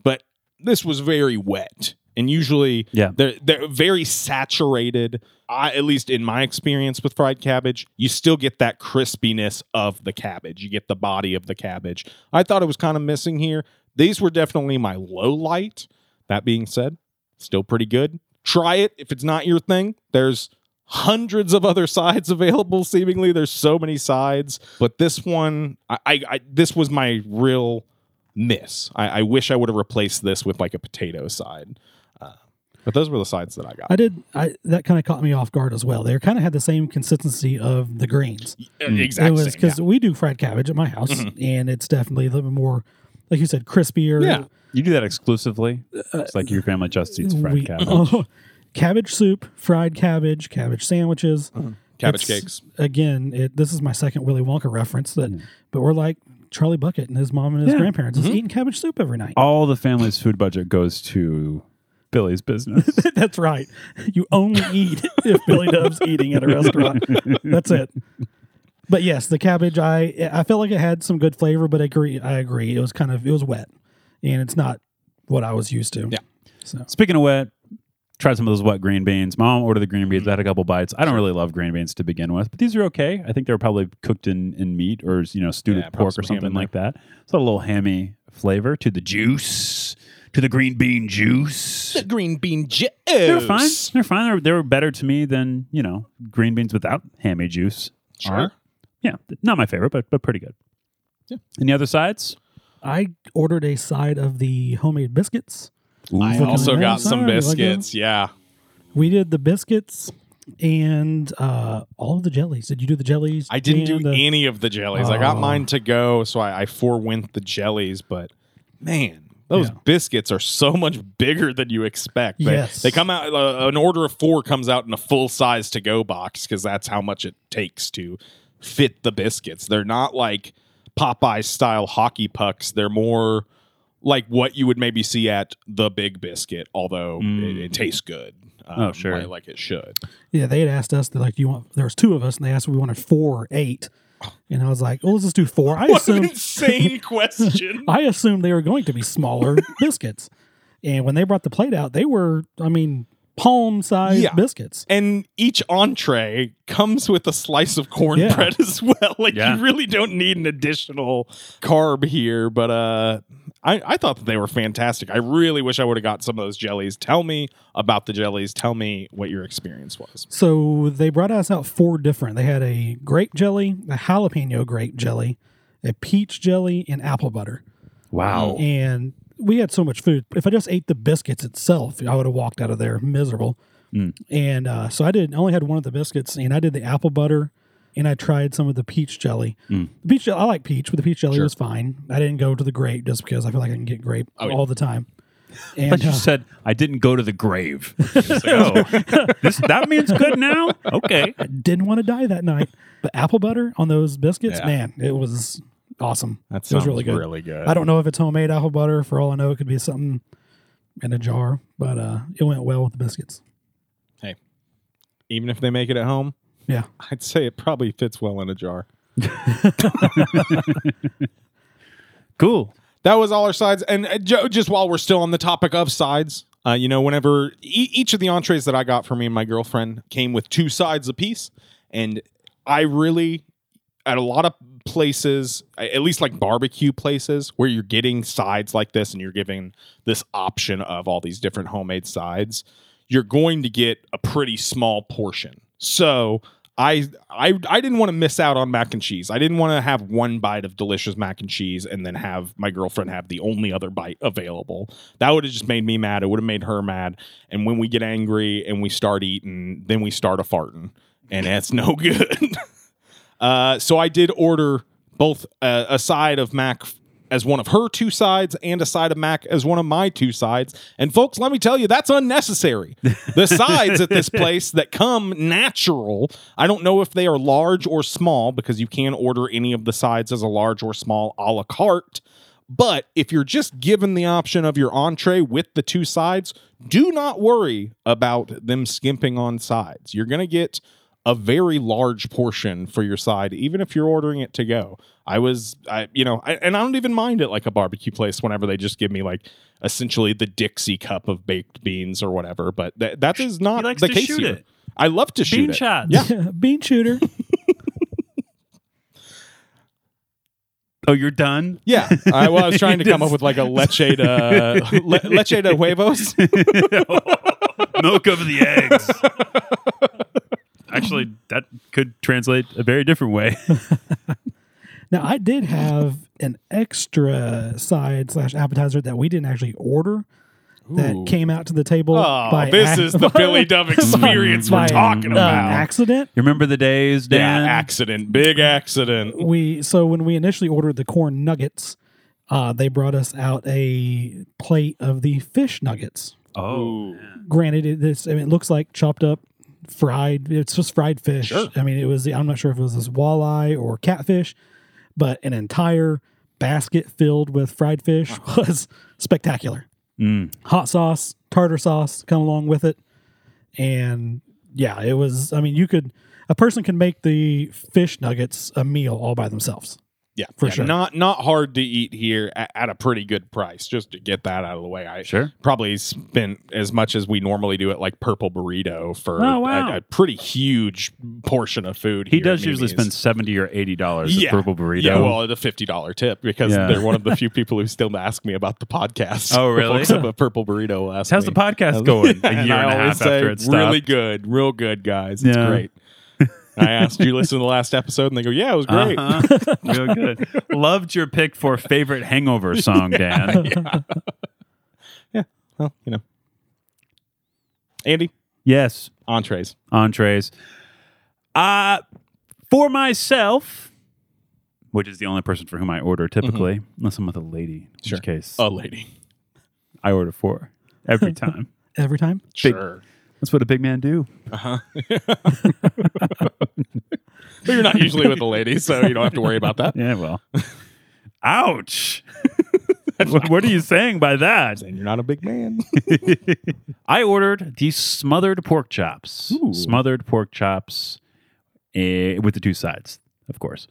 Speaker 1: But this was very wet. And usually,
Speaker 2: Yeah.
Speaker 1: they're they're very saturated. I, at least in my experience with fried cabbage, you still get that crispiness of the cabbage. You get the body of the cabbage. I thought it was kind of missing here. These were definitely my low light. That being said, still pretty good. Try it if it's not your thing. There's hundreds of other sides available. Seemingly, there's so many sides, but this one, I, I, I this was my real miss. I, I wish I would have replaced this with like a potato side. Uh, but those were the sides that I got.
Speaker 3: I did. I that kind of caught me off guard as well. They kind of had the same consistency of the greens.
Speaker 1: exactly.
Speaker 2: Mm-hmm.
Speaker 3: it was because we do fried cabbage at my house, and it's definitely a little bit more like you said, crispier.
Speaker 1: Yeah.
Speaker 2: You do that exclusively. it's like your family just eats uh, fried
Speaker 3: we-
Speaker 2: cabbage.
Speaker 3: Oh, cabbage soup, fried cabbage, cabbage sandwiches,
Speaker 2: Mm-hmm.
Speaker 1: Cabbage
Speaker 3: It's-
Speaker 1: cakes.
Speaker 3: Again, it, this is my second Willy Wonka reference. That, but we're like Charlie Bucket and his mom and his
Speaker 2: Yeah.
Speaker 3: grandparents
Speaker 1: Mm-hmm.
Speaker 3: is eating cabbage soup every night.
Speaker 2: All the family's food budget goes to Billy's business.
Speaker 3: That's right. You only eat if Billy Dove's eating at a restaurant. That's it. But yes, the cabbage. I I felt like it had some good flavor, but I agree. I agree. It was kind of it was wet, and it's not what I was used to.
Speaker 1: Yeah.
Speaker 3: So
Speaker 2: Speaking of wet, try some of those wet green beans. Mom ordered the green
Speaker 1: Mm-hmm.
Speaker 2: beans. I had a couple bites. I don't really love green beans to begin with, but these are okay. I think they were probably cooked in, in meat or you know stewed
Speaker 1: Yeah,
Speaker 2: with
Speaker 1: probably
Speaker 2: pork or
Speaker 1: some ham
Speaker 2: something
Speaker 1: in
Speaker 2: like that. It's got a little hammy flavor to the juice, to the green bean juice.
Speaker 1: green bean juice.
Speaker 2: They're fine. They're fine. They're, they were better to me than you know green beans without hammy juice.
Speaker 1: Sure.
Speaker 2: are. Yeah, not my favorite, but but pretty good.
Speaker 1: Yeah.
Speaker 2: Any other sides?
Speaker 3: I ordered a side of the homemade biscuits.
Speaker 1: I
Speaker 3: Fucking
Speaker 1: also got
Speaker 3: nice.
Speaker 1: some
Speaker 3: Sorry, like a-
Speaker 1: biscuits. Yeah.
Speaker 3: We did the biscuits and uh, all of the jellies. Did you do the jellies?
Speaker 1: I didn't do
Speaker 3: and the-
Speaker 1: any of the jellies. I got
Speaker 3: Oh.
Speaker 1: mine to go, so I, I forewent the jellies. But man, those
Speaker 3: Yeah.
Speaker 1: biscuits are so much bigger than you expect. They,
Speaker 3: Yes.
Speaker 1: they come out. Uh, an order of four comes out in a full size to go box because that's how much it takes to fit the biscuits. They're not like Popeye style hockey pucks. They're more like what you would maybe see at the Big Biscuit, although it, it tastes good. Um,
Speaker 2: Mm. Oh, sure.
Speaker 1: like- like it should.
Speaker 3: Yeah, they had asked us. They're like, "Do you want?" There was two of us, and they asked if we wanted four or eight. And I was like, "Well, let's just do four. I
Speaker 1: What an
Speaker 3: assume
Speaker 1: insane question!
Speaker 3: I assumed they were going to be smaller biscuits. And when they brought the plate out, they were, I mean, palm sized
Speaker 1: Yeah.
Speaker 3: biscuits.
Speaker 1: and each entree comes with a slice of cornbread as well. Like
Speaker 2: Yeah.
Speaker 1: you really don't need an additional carb here, but uh I, I thought that they were fantastic. I really wish I would have got some of those jellies. Tell me about the jellies. Tell me what your experience was.
Speaker 3: So they brought us out four different. They had a grape jelly, a jalapeno grape jelly, a peach jelly, and apple butter.
Speaker 2: Wow.
Speaker 3: And we had so much food. If I just ate the biscuits itself, I would have walked out of there miserable.
Speaker 1: Mm.
Speaker 3: And uh, so I did. I only had one of the biscuits, and I did the apple butter, and I tried some of the peach jelly.
Speaker 1: Mm.
Speaker 3: The peach jelly, I like peach, but the peach jelly was fine. I didn't go to the grape just because I feel like I can get grape
Speaker 1: Oh, yeah.
Speaker 3: all the time.
Speaker 2: But
Speaker 3: And
Speaker 2: you
Speaker 3: uh,
Speaker 2: said I didn't go to the grave. It's like, oh, this, that means good now. Okay.
Speaker 3: didn't want to die that night. But apple butter on those biscuits,
Speaker 1: Yeah.
Speaker 3: man, it was awesome.
Speaker 1: That
Speaker 3: it was
Speaker 1: sounds
Speaker 3: really good.
Speaker 1: really good.
Speaker 3: I don't know if it's homemade apple butter. For all I know, it could be something in a jar. But uh, it went well with the biscuits.
Speaker 1: Even if they make it at home,
Speaker 3: Yeah.
Speaker 1: I'd say it probably fits well in a jar.
Speaker 2: Cool.
Speaker 1: that was all our sides. And uh, ju- just while we're still on the topic of sides, uh, you know, whenever e- each of the entrees that I got for me and my girlfriend came with two sides apiece, and I really, at a lot of places, a- at least like barbecue places, where you're getting sides like this and you're giving this option of all these different homemade sides, you're going to get a pretty small portion. So I I I didn't want to miss out on mac and cheese. I didn't want to have one bite of delicious mac and cheese and then have my girlfriend have the only other bite available. That would have just made me mad. It would have made her mad. And when we get angry and we start eating, then we start a farting, and that's no good. Uh, so I did order both uh, a side of mac as one of her two sides and a side of mac as one of my two sides. And folks, let me tell you, that's unnecessary. The sides at this place that come natural, I don't know if they are large or small because you can order any of the sides as a large or small a la carte. But if you're just given the option of your entree with the two sides, do not worry about them skimping on sides. You're going to get a very large portion for your side, even if you're ordering it to go. I was, I you know, I, and I don't even mind it like a barbecue place whenever they just give me like essentially the Dixie cup of baked beans or whatever. But that that is not
Speaker 2: likes
Speaker 1: the
Speaker 2: to
Speaker 1: case
Speaker 2: shoot
Speaker 1: here.
Speaker 2: it.
Speaker 1: I love to shoot
Speaker 2: Bean
Speaker 1: it.
Speaker 2: shots.
Speaker 1: Yeah,
Speaker 3: Bean shooter.
Speaker 2: Oh, you're done?
Speaker 1: yeah. I, well, I was trying to come
Speaker 2: Just-
Speaker 1: up with like a leche de le, leche de huevos.
Speaker 2: Milk of the eggs. Actually, that could translate a very different way.
Speaker 3: Now I did have an extra side slash appetizer that we didn't actually order that came out to the table.
Speaker 1: Oh,
Speaker 3: by
Speaker 1: this
Speaker 3: ac-
Speaker 1: is the Billy Dove experience we're
Speaker 3: by,
Speaker 1: talking
Speaker 3: uh,
Speaker 1: about.
Speaker 3: Accident.
Speaker 2: You remember the days,
Speaker 1: yeah,
Speaker 2: Dan?
Speaker 1: accident, big accident.
Speaker 3: We so when we initially ordered the corn nuggets, uh, they brought us out a plate of the fish nuggets.
Speaker 2: Oh,
Speaker 3: Granted, it, it's, I mean, it looks like chopped up, fried. It's just fried fish.
Speaker 1: Sure.
Speaker 3: I mean, it was. I'm not sure if it was this walleye or catfish, but an entire basket filled with fried fish was spectacular.
Speaker 2: Mm.
Speaker 3: Hot sauce, tartar sauce come along with it, and yeah, it was. I mean, you could a person can make the fish nuggets a meal all by themselves.
Speaker 1: Yeah,
Speaker 3: For
Speaker 1: yeah,
Speaker 3: sure.
Speaker 1: Not not hard to eat here at, at a pretty good price. Just to get that out of the way, I
Speaker 2: Sure.
Speaker 1: probably spent as much as we normally do at like Purple Burrito for
Speaker 2: Oh, wow.
Speaker 1: a, a pretty huge portion of food.
Speaker 2: He
Speaker 1: here at
Speaker 2: does usually
Speaker 1: Mimi's.
Speaker 2: spend seventy or eighty dollars
Speaker 1: yeah.
Speaker 2: at Purple Burrito.
Speaker 1: Yeah, well, at a fifty dollar tip because
Speaker 2: Yeah.
Speaker 1: they're one of the few people who still ask me about the podcast.
Speaker 2: Oh,
Speaker 1: The
Speaker 2: really?
Speaker 1: folks up at Purple Burrito will ask
Speaker 2: how's the
Speaker 1: me.
Speaker 2: podcast going? A
Speaker 1: And
Speaker 2: year
Speaker 1: I
Speaker 2: and a half
Speaker 1: always say,
Speaker 2: after it stopped.
Speaker 1: Really good, real good, guys. It's
Speaker 2: Yeah.
Speaker 1: great. I asked, "Do you listen to the last episode?" And they go, "Yeah, it was great."
Speaker 2: Uh-huh. Real good. Loved your pick for favorite hangover song, Dan.
Speaker 1: Well, you know, Andy,
Speaker 2: Yes,
Speaker 1: entrees.
Speaker 2: entrees. Uh for myself, which is the only person for whom I order typically, unless I'm with a lady. In
Speaker 1: Sure.
Speaker 2: which case,
Speaker 1: a lady.
Speaker 2: I order four every time.
Speaker 3: Every time,
Speaker 1: Sure.
Speaker 2: That's what a big man do.
Speaker 1: But you're not usually with a lady, so you don't have to worry about that.
Speaker 2: Yeah, well. Ouch. what, what are you saying by that?
Speaker 1: And you're not a big man.
Speaker 2: I ordered the smothered pork chops.
Speaker 1: Ooh.
Speaker 2: Smothered pork chops eh, with the two sides, of course.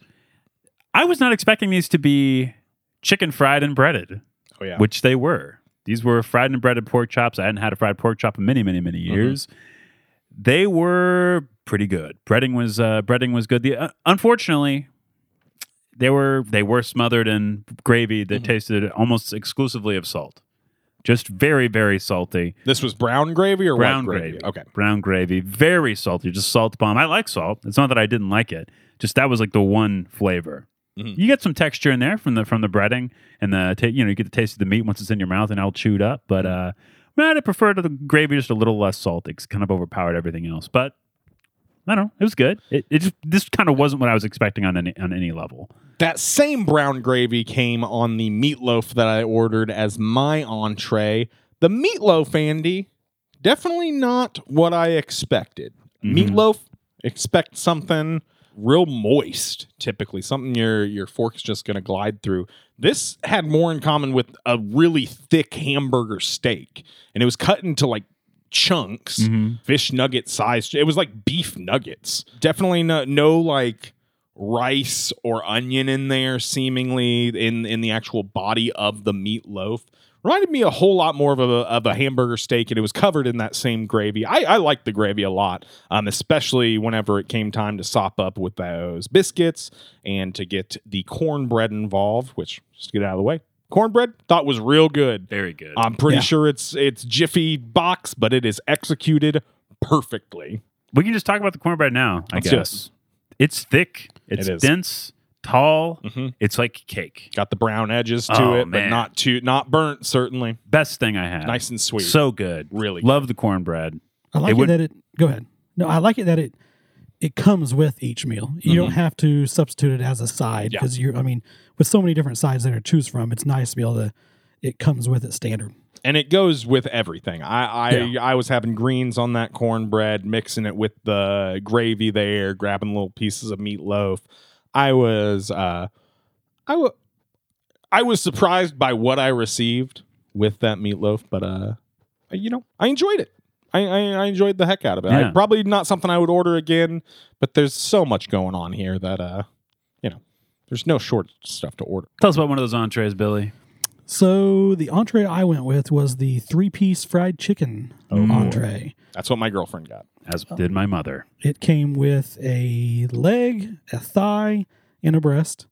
Speaker 2: I was not expecting these to be chicken fried and breaded,
Speaker 1: Oh yeah.
Speaker 2: which they were. These were fried and breaded pork chops. I hadn't had a fried pork chop in many, many, many
Speaker 1: Mm-hmm.
Speaker 2: years. They were pretty good. Breading was uh, breading was good. The, uh, unfortunately, they were they were smothered in gravy
Speaker 1: Mm-hmm.
Speaker 2: that tasted almost exclusively of salt. Just very, very salty
Speaker 1: this was brown gravy or
Speaker 2: brown
Speaker 1: white
Speaker 2: gravy.
Speaker 1: Okay.
Speaker 2: Brown gravy. Very salty. Just salt bomb. I like salt. It's not that I didn't like it. Just that was like the one flavor.
Speaker 1: Mhm.
Speaker 2: You get some texture in there from the from the breading and the ta- you know you get the taste of the meat once it's in your mouth and all chewed up. But uh, man, I prefer the gravy just a little less salty. It's kind of overpowered everything else. But I don't know. It was good. It, it just this kind of wasn't what I was expecting on any on any level.
Speaker 1: That same brown gravy came on the meatloaf that I ordered as my entree. The meatloaf, Andy, definitely not what I expected.
Speaker 2: Mhm.
Speaker 1: Meatloaf, expect something real moist, typically something your your fork's just going to glide through. This had more in common with a really thick hamburger steak, and it was cut into like chunks, fish nugget sized. It was like beef nuggets. Definitely no, no like rice or onion in there seemingly in in the actual body of the meatloaf reminded me a whole lot more of a of a hamburger steak and it was covered in that same gravy i i liked the gravy a lot um especially whenever it came time to sop up with those biscuits and to get the cornbread involved which just get out of the way cornbread thought was real good
Speaker 2: Very good.
Speaker 1: i'm pretty
Speaker 3: Yeah.
Speaker 1: sure it's it's jiffy box but it is executed perfectly
Speaker 2: we can just talk about the cornbread now. I
Speaker 1: Let's do it.
Speaker 2: guess it's thick. It's
Speaker 1: It is.
Speaker 2: dense. Tall.
Speaker 1: Mhm.
Speaker 2: It's like cake.
Speaker 1: got the brown edges to
Speaker 2: Oh,
Speaker 1: it but
Speaker 2: man.
Speaker 1: not too not burnt certainly
Speaker 2: Best thing I had.
Speaker 1: nice and sweet
Speaker 2: So good.
Speaker 1: Really
Speaker 2: Love the cornbread.
Speaker 3: I like
Speaker 2: It
Speaker 3: it,
Speaker 2: would-
Speaker 3: that it. Go ahead. No, I like it that it it comes with each meal. You don't have to substitute it as a side
Speaker 1: Mm-hmm. Yeah.
Speaker 3: because you. I mean, with so many different sides there to choose from, it's nice to be able to. It comes with it standard.
Speaker 1: and it goes with everything. I I,
Speaker 3: Yeah.
Speaker 1: I was having greens on that cornbread, mixing it with the gravy there, grabbing little pieces of meatloaf. I was uh, I wa- I was surprised by what I received with that meatloaf, but uh, you know, I enjoyed it. I, I, I enjoyed the heck out of it.
Speaker 2: Yeah.
Speaker 1: I, probably not something I would order again, but there's so much going on here that uh, you know, there's no short stuff to order.
Speaker 2: Tell us about one of those entrees, Billy.
Speaker 3: So the entree I went with was the three-piece fried chicken
Speaker 1: Oh,
Speaker 3: entree.
Speaker 1: That's what my girlfriend got.
Speaker 2: As
Speaker 3: Oh.
Speaker 2: did my mother.
Speaker 3: It came with a leg, a thigh, and a breast.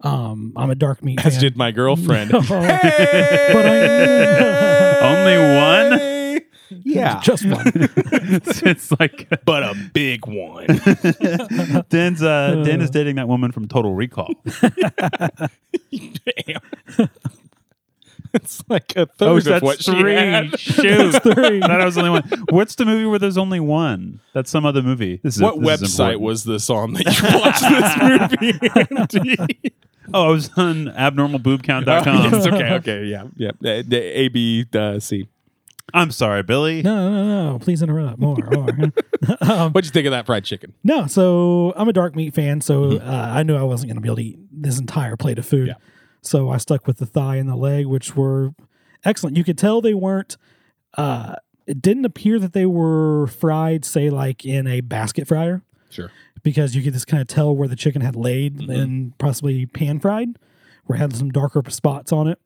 Speaker 3: Um, I'm a dark meat
Speaker 1: As
Speaker 3: fan. Oh,
Speaker 1: did my girlfriend.
Speaker 3: but I
Speaker 2: Only one?
Speaker 1: Hey! Yeah.
Speaker 3: just one.
Speaker 2: it's like
Speaker 1: but um, a big one.
Speaker 2: Dan's uh, Dan is dating that woman from Total Recall.
Speaker 1: Damn. it's like a third of Oh, what she had.
Speaker 2: Shoot.
Speaker 3: That's three.
Speaker 2: That was only one. What's the movie where there's only one? That's some other movie. This is
Speaker 1: What
Speaker 2: this is
Speaker 1: website
Speaker 2: important.
Speaker 1: was this on that you watched this movie? Andy?
Speaker 2: Oh, I was on abnormalboobcount.com.
Speaker 1: yes, okay, okay, yeah, yeah. The, the A B uh, C.
Speaker 2: I'm sorry, Billy.
Speaker 3: No, no, no, no. Please interrupt. More, more.
Speaker 2: Um,
Speaker 1: What'd you think of that fried chicken?
Speaker 3: No, so I'm a dark meat fan, so uh, I knew I wasn't going to be able to eat this entire plate of food.
Speaker 1: Mm-hmm. Yeah.
Speaker 3: So I stuck with the thigh and the leg, which were excellent. You could tell they weren't. Uh, it didn't appear that they were fried, say, like in a basket fryer,
Speaker 1: Sure. Mm-hmm.
Speaker 3: because you could just kind of tell where the chicken had laid and possibly pan fried, where it had some darker spots on it.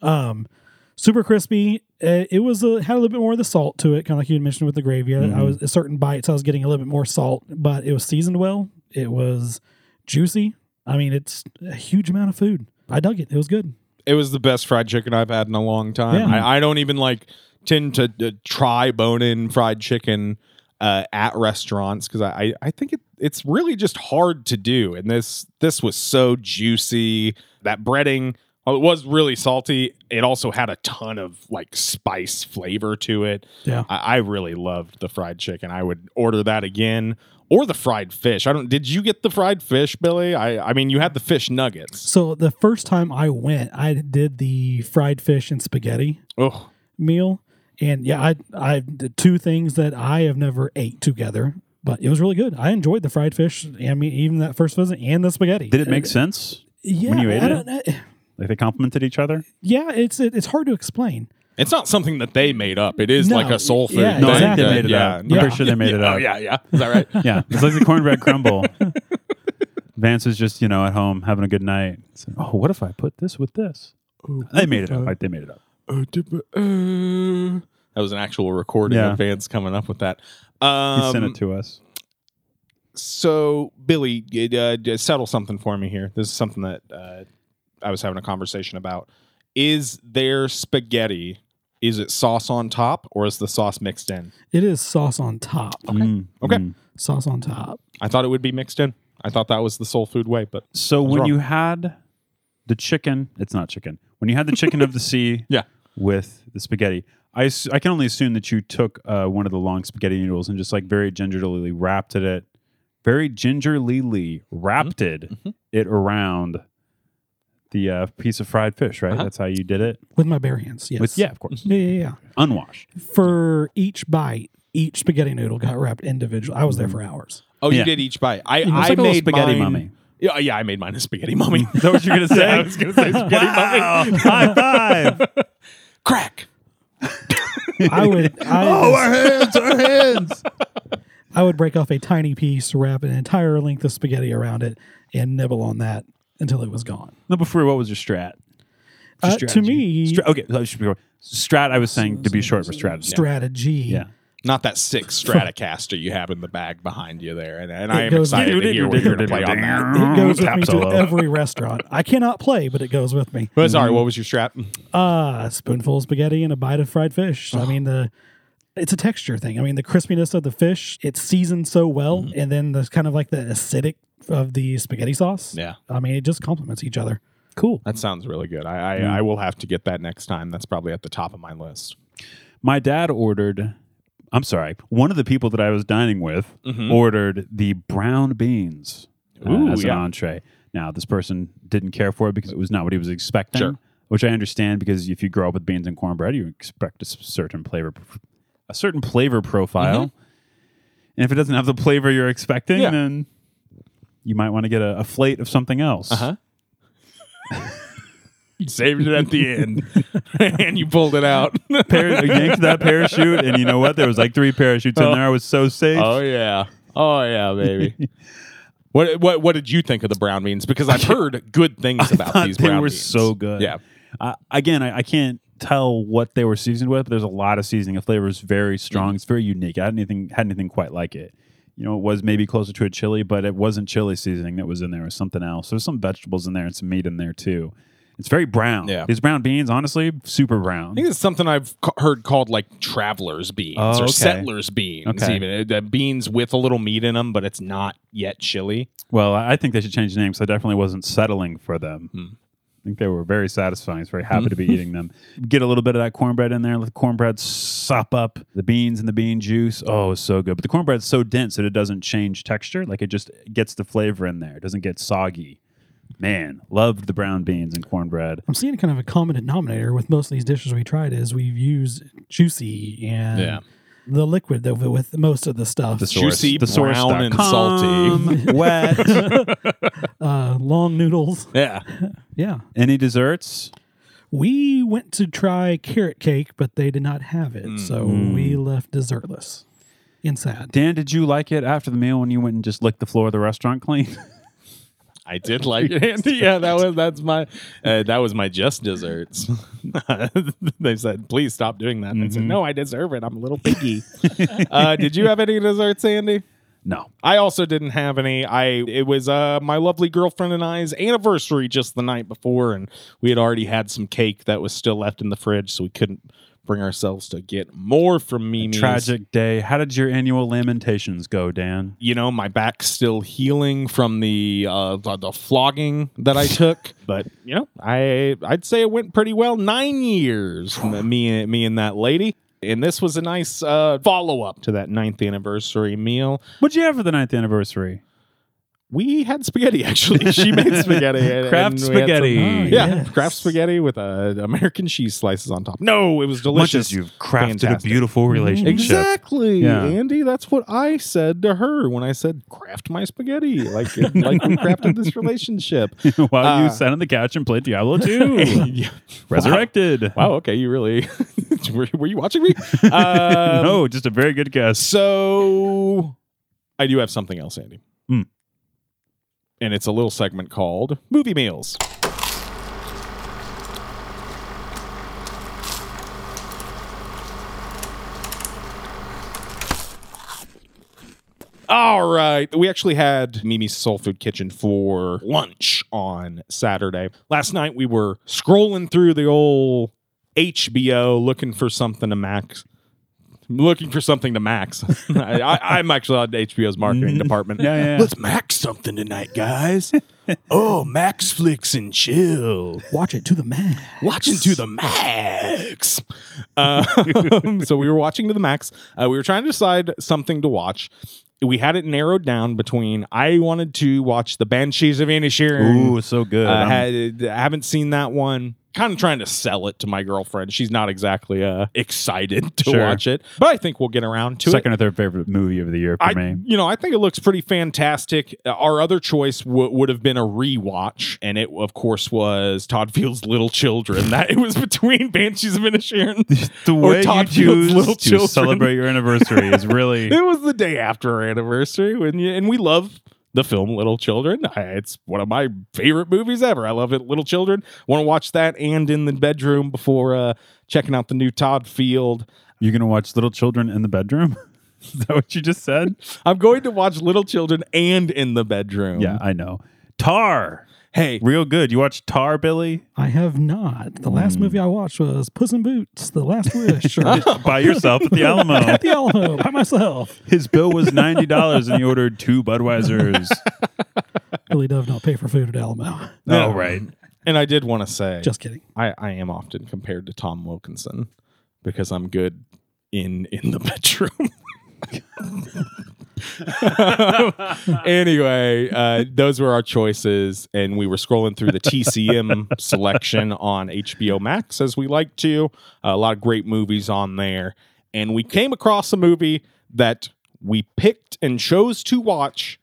Speaker 3: Um, super crispy. Uh, It was a, had a little bit more of the salt to it, kind of like you had mentioned with the gravy. I-
Speaker 2: Mm-hmm.
Speaker 3: I was certain bites, I was getting a little bit more salt, but it was seasoned well. It was juicy. I mean, it's a huge amount of food. I dug it. It was good.
Speaker 1: It was the best fried chicken I've had in a long time.
Speaker 3: Yeah.
Speaker 1: I, I don't even like tend to uh, try bone in fried chicken uh, at restaurants because I, I I think it, it's really just hard to do. And this this was so juicy. That breading while it was really salty. It also had a ton of like spice flavor to it.
Speaker 3: Yeah.
Speaker 1: I, I really loved the fried chicken. I would order that again. Or the fried fish. I don't. Did you get the fried fish, Billy? I. I mean, you had the fish nuggets.
Speaker 3: So the first time I went, I did the fried fish and spaghetti
Speaker 1: Oh,
Speaker 3: meal, and yeah, I I did two things that I have never ate together, but it was really good. I enjoyed the fried fish. I mean, even that first visit and the spaghetti.
Speaker 2: Did it make sense?
Speaker 3: Yeah,
Speaker 2: you ate
Speaker 3: I
Speaker 2: it?
Speaker 3: don't know.
Speaker 2: Like they complimented each other?
Speaker 3: Yeah, it's it, it's hard to explain.
Speaker 1: It's not something that they made up. It is
Speaker 3: No,
Speaker 1: like a soul food.
Speaker 3: yeah,
Speaker 1: thing
Speaker 2: No, I think
Speaker 3: Exactly.
Speaker 2: they
Speaker 1: that-
Speaker 2: made it
Speaker 1: yeah,
Speaker 2: up. I'm
Speaker 1: yeah.
Speaker 2: pretty sure they made it up.
Speaker 1: Oh yeah, yeah. Is that right?
Speaker 2: Yeah, it's like the cornbread crumble. Vance is just you know at home having a good night. So, oh, what if I put this with this? They made it up. Like, they made it up.
Speaker 1: Uh, that was an actual recording
Speaker 2: Yeah.
Speaker 1: of Vance coming up with that.
Speaker 2: He
Speaker 1: Um,
Speaker 2: sent it to us.
Speaker 1: so Billy, it, uh, d- settle something for me here. This is something that uh, I was having a conversation about. Is there spaghetti? Is it sauce on top, or is the sauce mixed in?
Speaker 3: It is sauce on top.
Speaker 2: Mm,
Speaker 1: Okay.
Speaker 2: mm.
Speaker 3: Sauce on top.
Speaker 1: I thought it would be mixed in. I thought that was the soul food way, but
Speaker 2: So when
Speaker 1: wrong?
Speaker 2: you had the chicken, it's not chicken. When you had the chicken of the sea,
Speaker 1: Yeah.
Speaker 2: with the spaghetti, I, ass- I can only assume that you took uh, one of the long spaghetti noodles and just like very gingerly wrapped it, it very gingerly wrapped
Speaker 1: Mm-hmm.
Speaker 2: it, it around the uh, piece of fried fish. Right,
Speaker 1: Uh-huh.
Speaker 2: that's how you did it.
Speaker 3: With my bare hands, yes.
Speaker 2: With, yeah, of course,
Speaker 3: yeah, yeah, yeah.
Speaker 2: unwashed.
Speaker 3: For each bite, each spaghetti noodle got wrapped individually. I was there for hours.
Speaker 1: oh,
Speaker 2: Yeah.
Speaker 1: you did each bite. I,
Speaker 2: know, it's
Speaker 1: I
Speaker 2: like a little
Speaker 1: made
Speaker 2: spaghetti
Speaker 1: mine-
Speaker 2: mummy.
Speaker 1: Yeah, yeah, I made mine a spaghetti mummy.
Speaker 2: Is that what you're gonna say?
Speaker 1: I was gonna say spaghetti
Speaker 2: wow! High five!
Speaker 1: Crack.
Speaker 3: I would. I,
Speaker 2: Oh, hands, our hands.
Speaker 3: I would break off a tiny piece, wrap an entire length of spaghetti around it, and nibble on that until it was gone.
Speaker 2: Number four, what was your strat?
Speaker 3: Uh, to
Speaker 2: strategy.
Speaker 3: me,
Speaker 2: Stra- okay, so I should be- strat. I was saying to be short for strat.
Speaker 3: strategy.
Speaker 2: Yeah.
Speaker 1: Not that six Stratocaster you have in the bag behind you there. And, and I
Speaker 3: It
Speaker 1: am
Speaker 3: goes-
Speaker 1: excited to hear what you're going to play on that.
Speaker 2: Mm-hmm.
Speaker 3: It goes with me to
Speaker 2: Absolutely.
Speaker 3: every restaurant. I cannot play, but it goes with me.
Speaker 1: But sorry, what was your strap?
Speaker 3: Uh, a spoonful of spaghetti and a bite of fried fish. I mean the it's a texture thing. I mean the crispiness of the fish, it's seasoned so well,
Speaker 1: Mm-hmm.
Speaker 3: and then there's kind of like the acidic of the spaghetti sauce.
Speaker 1: Yeah.
Speaker 3: I mean it just complements each other.
Speaker 2: Cool.
Speaker 1: That sounds really good. I, I,
Speaker 2: Mm.
Speaker 1: I will have to get that next time. That's probably at the top of my list.
Speaker 2: My dad ordered. I'm sorry. One of the people that I was dining with ordered the brown beans uh,
Speaker 1: Mm-hmm. Ooh,
Speaker 2: as
Speaker 1: yeah.
Speaker 2: an entree. Now, this person didn't care for it because it was not what he was expecting,
Speaker 1: Sure.
Speaker 2: which I understand because if you grow up with beans and cornbread, you expect a s- certain flavor, a certain flavor profile. And if it doesn't have the flavor you're expecting,
Speaker 1: Mm-hmm. Yeah.
Speaker 2: then you might want to get a, a plate of something else.
Speaker 1: Uh-huh. You saved it at the end and you pulled it out.
Speaker 2: Par- yanked that parachute, and you know what? There was like three parachutes in there. I was so safe.
Speaker 1: oh, yeah. Oh, yeah, baby. What, what what did you think of the brown beans? Because I've heard good things about
Speaker 2: thought
Speaker 1: these
Speaker 2: they
Speaker 1: brown
Speaker 2: were
Speaker 1: beans.
Speaker 2: so good.
Speaker 1: Yeah.
Speaker 2: Uh, again, I, I can't tell what they were seasoned with, but there's a lot of seasoning. The flavor is
Speaker 1: Mm-hmm.
Speaker 2: very strong. It's very unique. I hadn't anything had anything quite like it. You know, it was maybe closer to a chili, but it wasn't chili seasoning that was in there. It was something else. There's some vegetables in there and some meat in there too. It's very brown.
Speaker 1: Yeah.
Speaker 2: These brown beans, honestly, super brown.
Speaker 1: I think it's something I've ca- heard called like traveler's beans
Speaker 2: Oh,
Speaker 1: or
Speaker 2: okay.
Speaker 1: settlers beans,
Speaker 2: Okay.
Speaker 1: even uh, beans with a little meat in them, but it's not yet chili. Hmm.
Speaker 2: Well, I I think they should change the name because I definitely wasn't settling for them. think they were very satisfying. I was very happy to be eating them. Get a little bit of that cornbread in there. Let the cornbread sop up the beans and the bean juice. Oh, it's so good. But the cornbread's so dense that it doesn't change texture. Like it just gets the flavor in there. It doesn't get soggy. Man, loved the brown beans and cornbread.
Speaker 3: I'm seeing kind of a common denominator with most of these dishes we tried is we've used juicy and
Speaker 1: Yeah.
Speaker 3: the liquid though with most of the stuff.
Speaker 2: The source,
Speaker 1: Juicy,
Speaker 2: the source
Speaker 1: brown, and
Speaker 2: dot com, wet.
Speaker 3: Uh, long noodles.
Speaker 1: Yeah.
Speaker 3: Yeah.
Speaker 2: Any desserts?
Speaker 3: We went to try carrot cake, but they did not have it.
Speaker 1: Mm.
Speaker 3: So we left dessertless and sad.
Speaker 2: Dan, did you like it after the meal when you went and just licked the floor of the restaurant clean?
Speaker 1: I did like it, Andy. Yeah, that was that's my uh, that was my just desserts. they said, "Please stop doing that." And I said,
Speaker 2: Mm-hmm.
Speaker 1: "No, I deserve it. I'm a little piggy." uh, did you have any desserts, Andy?
Speaker 2: no.
Speaker 1: I also didn't have any. I it was uh, my lovely girlfriend and I's anniversary just the night before, and we had already had some cake that was still left in the fridge, so we couldn't bring ourselves to get more from Mimi's.
Speaker 2: Tragic day. How did your annual lamentations go, Dan?
Speaker 1: you know, my back's still healing from the uh, the, the flogging that I took, but you know, I I'd say it went pretty well. Nine years, m- me and me and that lady, and this was a nice uh, follow up to that ninth anniversary meal.
Speaker 2: What'd you have for the ninth anniversary?
Speaker 1: We had spaghetti actually. She made spaghetti. and- and we
Speaker 2: Kraft
Speaker 1: had some-
Speaker 2: spaghetti. Oh,
Speaker 1: yeah,
Speaker 3: yes.
Speaker 1: Kraft spaghetti with uh, American cheese slices on top. No, it was delicious.
Speaker 2: Much as you've crafted
Speaker 1: Fantastic. Mm-hmm.
Speaker 2: a beautiful relationship.
Speaker 1: Exactly,
Speaker 2: Yeah.
Speaker 1: Andy. That's what I said to her when I said, "Craft my spaghetti," like like we crafted this relationship.
Speaker 2: While
Speaker 1: Uh,
Speaker 2: you sat on the couch and played Diablo 2.
Speaker 1: Yeah.
Speaker 2: Resurrected.
Speaker 1: Wow. Okay, you really were, were you watching me? Um,
Speaker 2: no, just a very good guess.
Speaker 1: So I do have something else, Andy,
Speaker 2: Hmm.
Speaker 1: and it's a little segment called "Movie Meals." All right. We actually had Mimi's Soul Food Kitchen for lunch on Saturday. Last night we were scrolling through the old HBO looking for something to max. Looking for something to max. I, I, I'm actually on HBO's marketing department.
Speaker 2: Yeah, yeah, yeah.
Speaker 1: Let's max something tonight, guys. oh, Max Flicks and chill
Speaker 3: Watch it to the man.
Speaker 1: watching to the max. Um, so we were watching to the max. Uh, we were trying to decide something to watch. We had it narrowed down between I wanted to watch the Banshees of Inisherin.
Speaker 2: Ooh, so good.
Speaker 1: I
Speaker 2: I'm-
Speaker 1: uh, had I haven't seen that one. Kind of trying to sell it to my girlfriend. She's not exactly uh, excited to
Speaker 2: Sure.
Speaker 1: watch it, but I think we'll get around to it.
Speaker 2: second or third favorite movie of the year for
Speaker 1: I,
Speaker 2: me.
Speaker 1: you know, I think it looks pretty fantastic. Uh, Our other choice w- would have been a rewatch, and it, of course, was Todd Field's Little Children. That it was between Banshees of Inisherin
Speaker 2: The
Speaker 1: or
Speaker 2: way
Speaker 1: Todd
Speaker 2: you
Speaker 1: Field's
Speaker 2: choose
Speaker 1: Little
Speaker 2: to
Speaker 1: Children.
Speaker 2: celebrate your anniversary is really
Speaker 1: It was the day after our anniversary, when you, and we love the film Little Children. I, it's one of my favorite movies ever. I love it. Little Children. Want to watch that and in the bedroom before uh, checking out the new Todd Field.
Speaker 2: You're gonna watch little children in the bedroom? Is that what you just said?
Speaker 1: I'm going to watch Little Children and in the bedroom.
Speaker 2: yeah, I know. Tar,
Speaker 1: Hey,
Speaker 2: real good. You watched Tar, Billy,
Speaker 3: I have not. The
Speaker 2: Mm.
Speaker 3: last movie I watched was Puss in Boots, The Last Wish, or
Speaker 2: by yourself at the Alamo.
Speaker 3: at the Alamo by myself.
Speaker 2: His bill was ninety dollars, and he ordered two Budweisers.
Speaker 3: Really does not pay for food at Alamo.
Speaker 2: oh, right.
Speaker 1: and I did want to say
Speaker 3: Just kidding.
Speaker 1: I, I am often compared to Tom Wilkinson because I'm good in in the bedroom. anyway, uh, those were our choices, and we were scrolling through the TCM selection on HBO Max as we like to. Uh, a lot of great movies on there, and we came across a movie that we picked and chose to watch,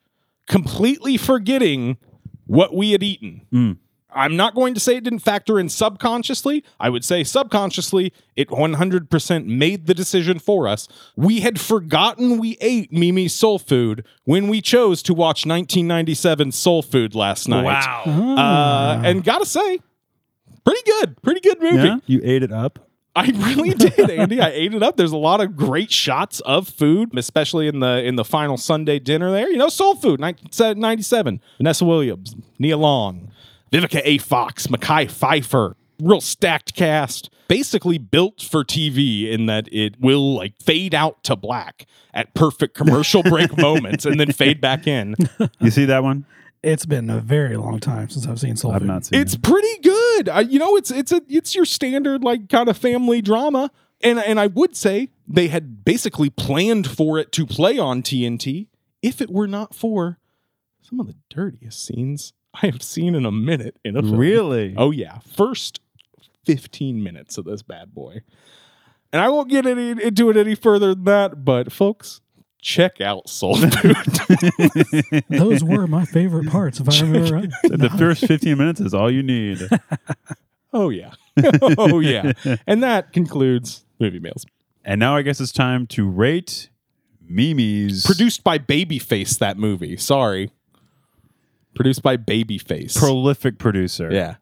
Speaker 1: completely forgetting what we had eaten. I'm not going to say it didn't factor in subconsciously. I would say subconsciously, it 100% made the decision for us. We had forgotten we ate Mimi's Soul Food when we chose to watch 1997 Soul Food last night.
Speaker 2: Wow.
Speaker 1: Uh, and gotta say, pretty good, pretty good movie.
Speaker 2: Yeah, you ate it up.
Speaker 1: I really did, Andy. I ate it up. There's a lot of great shots of food, especially in the in the final Sunday dinner there. You know, soul food, 1997. Vanessa Williams, Nia Long, Vivica A. Fox, Mackay Pfeiffer. Real stacked cast, basically built for TV in that it will like fade out to black at perfect commercial break moments and then fade back in.
Speaker 2: You see that one?
Speaker 3: It's been a very long time since I've seen Soul
Speaker 2: I've
Speaker 3: Food.
Speaker 2: not seen.
Speaker 1: It's
Speaker 2: it.
Speaker 1: pretty good. good. I, you know, it's it's a it's your standard like kind of family drama, and and I would say they had basically planned for it to play on TNT if it were not for some of the dirtiest scenes I have seen in a minute in a film.
Speaker 6: Really?
Speaker 1: Oh yeah, first fifteen minutes of this bad boy, and I won't get any into it any further than that. But folks, check out Soul Food.
Speaker 3: Those were my favorite parts, if I remember right.
Speaker 2: The first 15 minutes is all you need.
Speaker 1: oh yeah, oh yeah, and that concludes movie mails.
Speaker 2: And now I guess it's time to rate Mimi's
Speaker 1: produced by Babyface. That movie, sorry, produced by Babyface.
Speaker 2: prolific producer.
Speaker 1: yeah,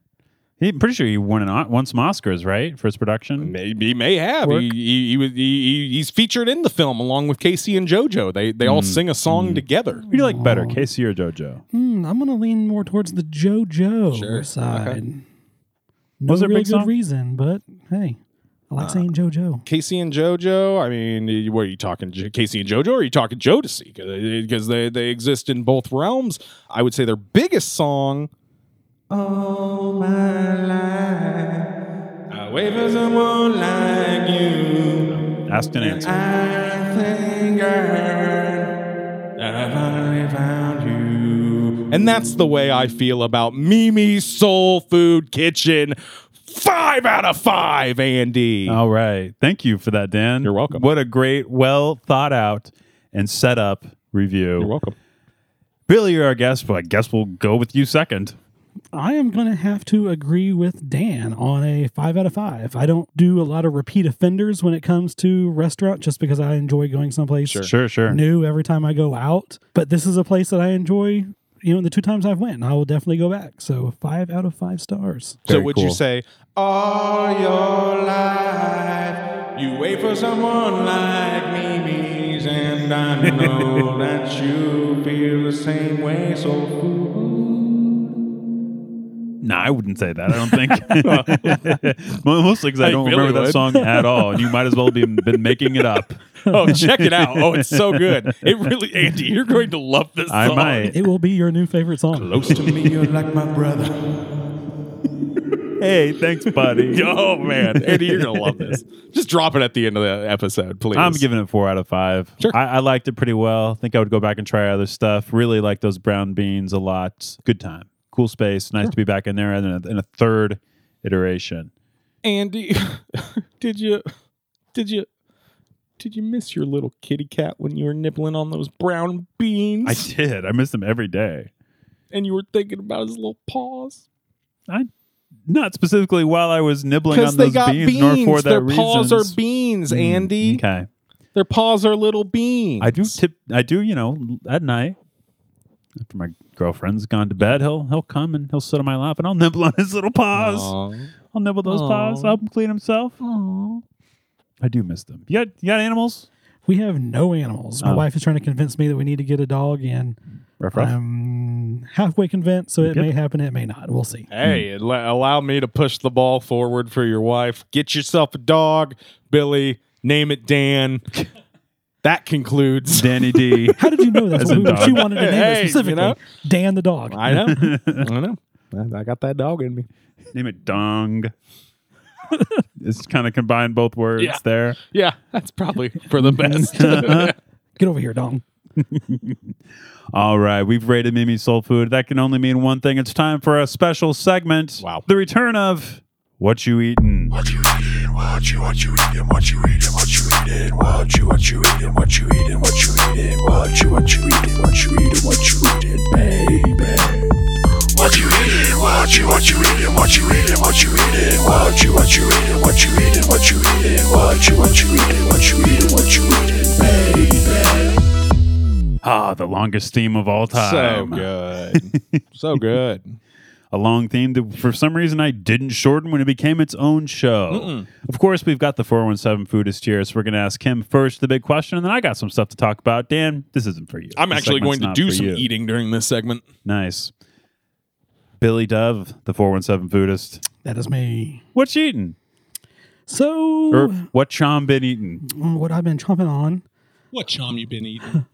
Speaker 2: He, I'm pretty sure he won, an, O- won some Oscars, right? For his production?
Speaker 1: maybe he may have. He, he, he, was- he- he- he's featured in the film along with Casey and JoJo. They they all sing a song together.
Speaker 2: Who do Mm, you like better, Casey or JoJo?
Speaker 3: Hmm, I'm going to lean more towards the JoJo
Speaker 1: Sure.
Speaker 3: side. No
Speaker 2: Was there a
Speaker 3: real
Speaker 2: big
Speaker 3: good
Speaker 2: song? Uh,
Speaker 3: reason, but hey, I like saying JoJo.
Speaker 1: Casey and JoJo. I mean, what are you talking, J- Casey and JoJo? Or are you talking Jodeci? Because they, they exist in both realms. I would say their biggest song. All my life, I wait for someone like you.
Speaker 2: Asked and answered.
Speaker 1: I think I finally found you. And that's the way I feel about Mimi's Soul Food Kitchen. Five out of five, Andy.
Speaker 2: All right. Thank you for that, Dan.
Speaker 1: You're welcome.
Speaker 2: What a great, well thought out and set up review.
Speaker 1: You're welcome.
Speaker 2: Billy, you're our guest, but I guess we'll go with you second.
Speaker 3: I am going to have to agree with Dan on a five out of five. I don't do a lot of repeat offenders when it comes to restaurant just because I enjoy going someplace
Speaker 2: Sure, sure.
Speaker 3: new every time I go out. But this is a place that I enjoy. You know, the two times I've went, I will definitely go back. So five out of five stars.
Speaker 1: So
Speaker 2: Very
Speaker 1: would you
Speaker 2: cool.
Speaker 1: say all your life you wait for someone like Mimi's and I know that you feel the same way so
Speaker 2: No, I wouldn't say that. I don't think. Mo- Mostly because I,
Speaker 1: I
Speaker 2: don't
Speaker 1: really
Speaker 2: remember
Speaker 1: would.
Speaker 2: that song at all. And you might as well be been making it up.
Speaker 1: Oh, check it out. Oh, it's so good. It really Andy, you're going to love this
Speaker 2: I
Speaker 1: song.
Speaker 2: might.
Speaker 3: It will be your new favorite song.
Speaker 1: Close to me.
Speaker 4: You're like my brother.
Speaker 2: Hey, thanks, buddy.
Speaker 1: Oh man, Andy, you're gonna love this. Just drop it at the end of the episode, please.
Speaker 2: I'm giving it four out of five.
Speaker 1: Sure.
Speaker 2: I, I liked it pretty well. I think I would go back and try other stuff. Really like those brown beans a lot. Good time. Cool space. Nice to be back in there and in a, in a third iteration.
Speaker 1: Andy. Did you? Did you? Did you miss your little kitty cat when you were nibbling on those brown beans?
Speaker 2: I did. I miss them every day.
Speaker 1: and you were thinking about his little paws
Speaker 2: I not specifically while I was nibbling on
Speaker 1: because they
Speaker 2: those
Speaker 1: got
Speaker 2: beans,
Speaker 1: beans.
Speaker 2: nor for that
Speaker 1: Their
Speaker 2: reason.
Speaker 1: paws are beans, Andy.
Speaker 2: Okay.
Speaker 1: Their paws are little beans.
Speaker 2: I do tip. I do. You know, at night after my girlfriend's gone to bed, he'll he'll come and he'll sit on my lap, and I'll nibble on his little paws.
Speaker 1: Aw.
Speaker 2: I'll nibble those paws.
Speaker 1: Aw.
Speaker 2: I'll clean himself. I do miss them. You got you got animals?
Speaker 3: We have no animals. My
Speaker 2: Oh.
Speaker 3: wife is trying to convince me that we need to get a dog, and
Speaker 2: Ruff, ruff.
Speaker 3: I'm halfway convinced. So
Speaker 2: Yep.
Speaker 3: it may happen, it may not. We'll see.
Speaker 2: Mm.
Speaker 1: Hey, al- allow me to push the ball forward for your wife. Get yourself a dog, Billy. Name it Dan. that concludes.
Speaker 2: Danny D.
Speaker 3: How did you know that's what
Speaker 2: a
Speaker 3: we were-
Speaker 2: dog.
Speaker 3: she wanted to name
Speaker 1: Hey,
Speaker 3: it
Speaker 1: you
Speaker 3: specifically?
Speaker 1: know?
Speaker 3: Dan the dog.
Speaker 1: I know. I know. I- I got that dog in me.
Speaker 2: Name it Dong. it's kind of combined both words
Speaker 1: Yeah.
Speaker 2: there.
Speaker 1: Yeah, that's probably for the best.
Speaker 3: Get over here, Dong.
Speaker 2: All right, we've rated Mimi Soul Food. That can only mean one thing. It's time for a special segment.
Speaker 1: Wow.
Speaker 2: The return of What You Eatin'.
Speaker 4: What you eating? What you what you eating? What you eating? What you eating? What you what you eating? What you eating? What you eating? What you what you eating? What you eating? What you eating, baby? What you eating? What you what you eating? What you eating? What you eating? What you what you eating? What you eating? What you eating? What you what you eating? What you eating? What you eating, baby?
Speaker 2: Ah, the longest theme of all
Speaker 1: so
Speaker 2: time.
Speaker 1: good. So good.
Speaker 2: A long theme that for some reason I didn't shorten when it became its own show. Of course, we've got the 417 Foodist here, so we're going to ask him first the big question, and then I got some stuff to talk about. Dan, this isn't for you.
Speaker 1: I'm
Speaker 2: This
Speaker 1: actually
Speaker 2: segment's
Speaker 1: going to
Speaker 2: not
Speaker 1: do
Speaker 2: for
Speaker 1: some
Speaker 2: you.
Speaker 1: eating during this segment.
Speaker 2: Nice. Billy Dove, the 417 Foodist.
Speaker 3: That is me.
Speaker 2: What you eating?
Speaker 3: So, um,
Speaker 2: Or what Chom been eating?
Speaker 3: what I've been chomping on
Speaker 1: What chom you been eating?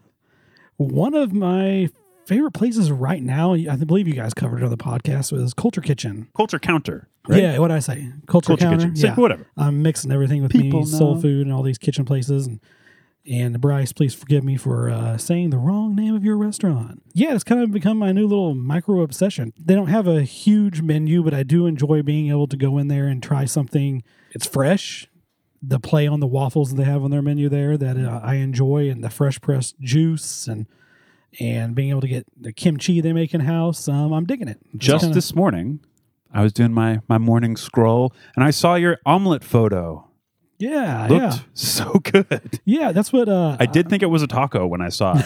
Speaker 3: One of my favorite places right now, I believe you guys covered it on the podcast, was Culture Kitchen.
Speaker 2: Culture counter, right?
Speaker 3: Yeah, what did I say? Culture,
Speaker 2: Culture
Speaker 3: Counter.
Speaker 2: kitchen. Say
Speaker 3: Yeah.
Speaker 2: whatever.
Speaker 3: I'm mixing everything with
Speaker 2: People
Speaker 3: me, soul
Speaker 2: know.
Speaker 3: food and all these kitchen places. And, and Bryce, please forgive me for uh, saying the wrong name of your restaurant. Yeah, it's kind of become my new little micro obsession. They don't have a huge menu, but I do enjoy being able to go in there and try something. It's fresh. The play on the waffles they have on their menu there that uh, I enjoy, and the fresh pressed juice and and being able to get the kimchi they make in house. Um, I'm digging it. It's
Speaker 2: Just
Speaker 3: kinda-
Speaker 2: this morning, I was doing my my morning scroll and I saw your omelet photo.
Speaker 3: yeah,
Speaker 2: Looked
Speaker 3: yeah,
Speaker 2: so good.
Speaker 3: yeah. That's what uh,
Speaker 2: I did think it was a taco when I saw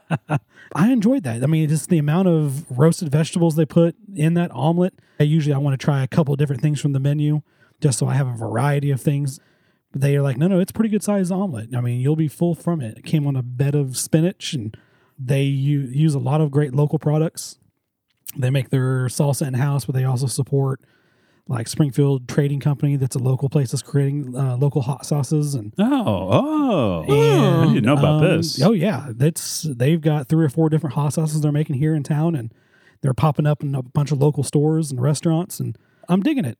Speaker 2: it.
Speaker 3: I enjoyed that. I mean, just the amount of roasted vegetables they put in that omelet. I usually I want to try a couple different things from the menu just so I have a variety of things. But they are like, no, no, it's a pretty good sized omelet. I mean, you'll be full from it. It came on a bed of spinach, and they u- use a lot of great local products. They make their salsa in house, but they also support like Springfield Trading Company, that's a local place that's creating uh, local hot sauces and
Speaker 2: oh, oh.
Speaker 3: and,
Speaker 2: I didn't know about
Speaker 3: um,
Speaker 2: this.
Speaker 3: Oh yeah, that's they've got three or four different hot sauces they're making here in town, and they're popping up in a bunch of local stores and restaurants, and I'm digging it.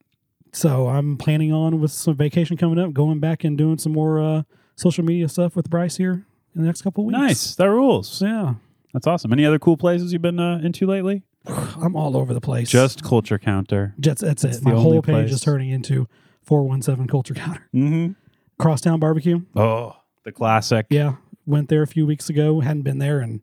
Speaker 3: So I'm planning on with some vacation coming up, going back and doing some more uh, social media stuff with Bryce here in the next couple weeks.
Speaker 2: Nice. That rules.
Speaker 3: Yeah,
Speaker 2: That's awesome. Any other cool places you've been uh, into lately?
Speaker 3: I'm all over the place.
Speaker 2: Just culture counter.
Speaker 3: that's, that's
Speaker 2: that's
Speaker 3: it.
Speaker 2: the
Speaker 3: My
Speaker 2: only
Speaker 3: whole page
Speaker 2: place.
Speaker 3: is turning into 417 Culture Counter.
Speaker 2: Mm-hmm.
Speaker 3: Crosstown Barbecue.
Speaker 2: Oh, the classic.
Speaker 3: Yeah, went there a few weeks ago. Hadn't been there, and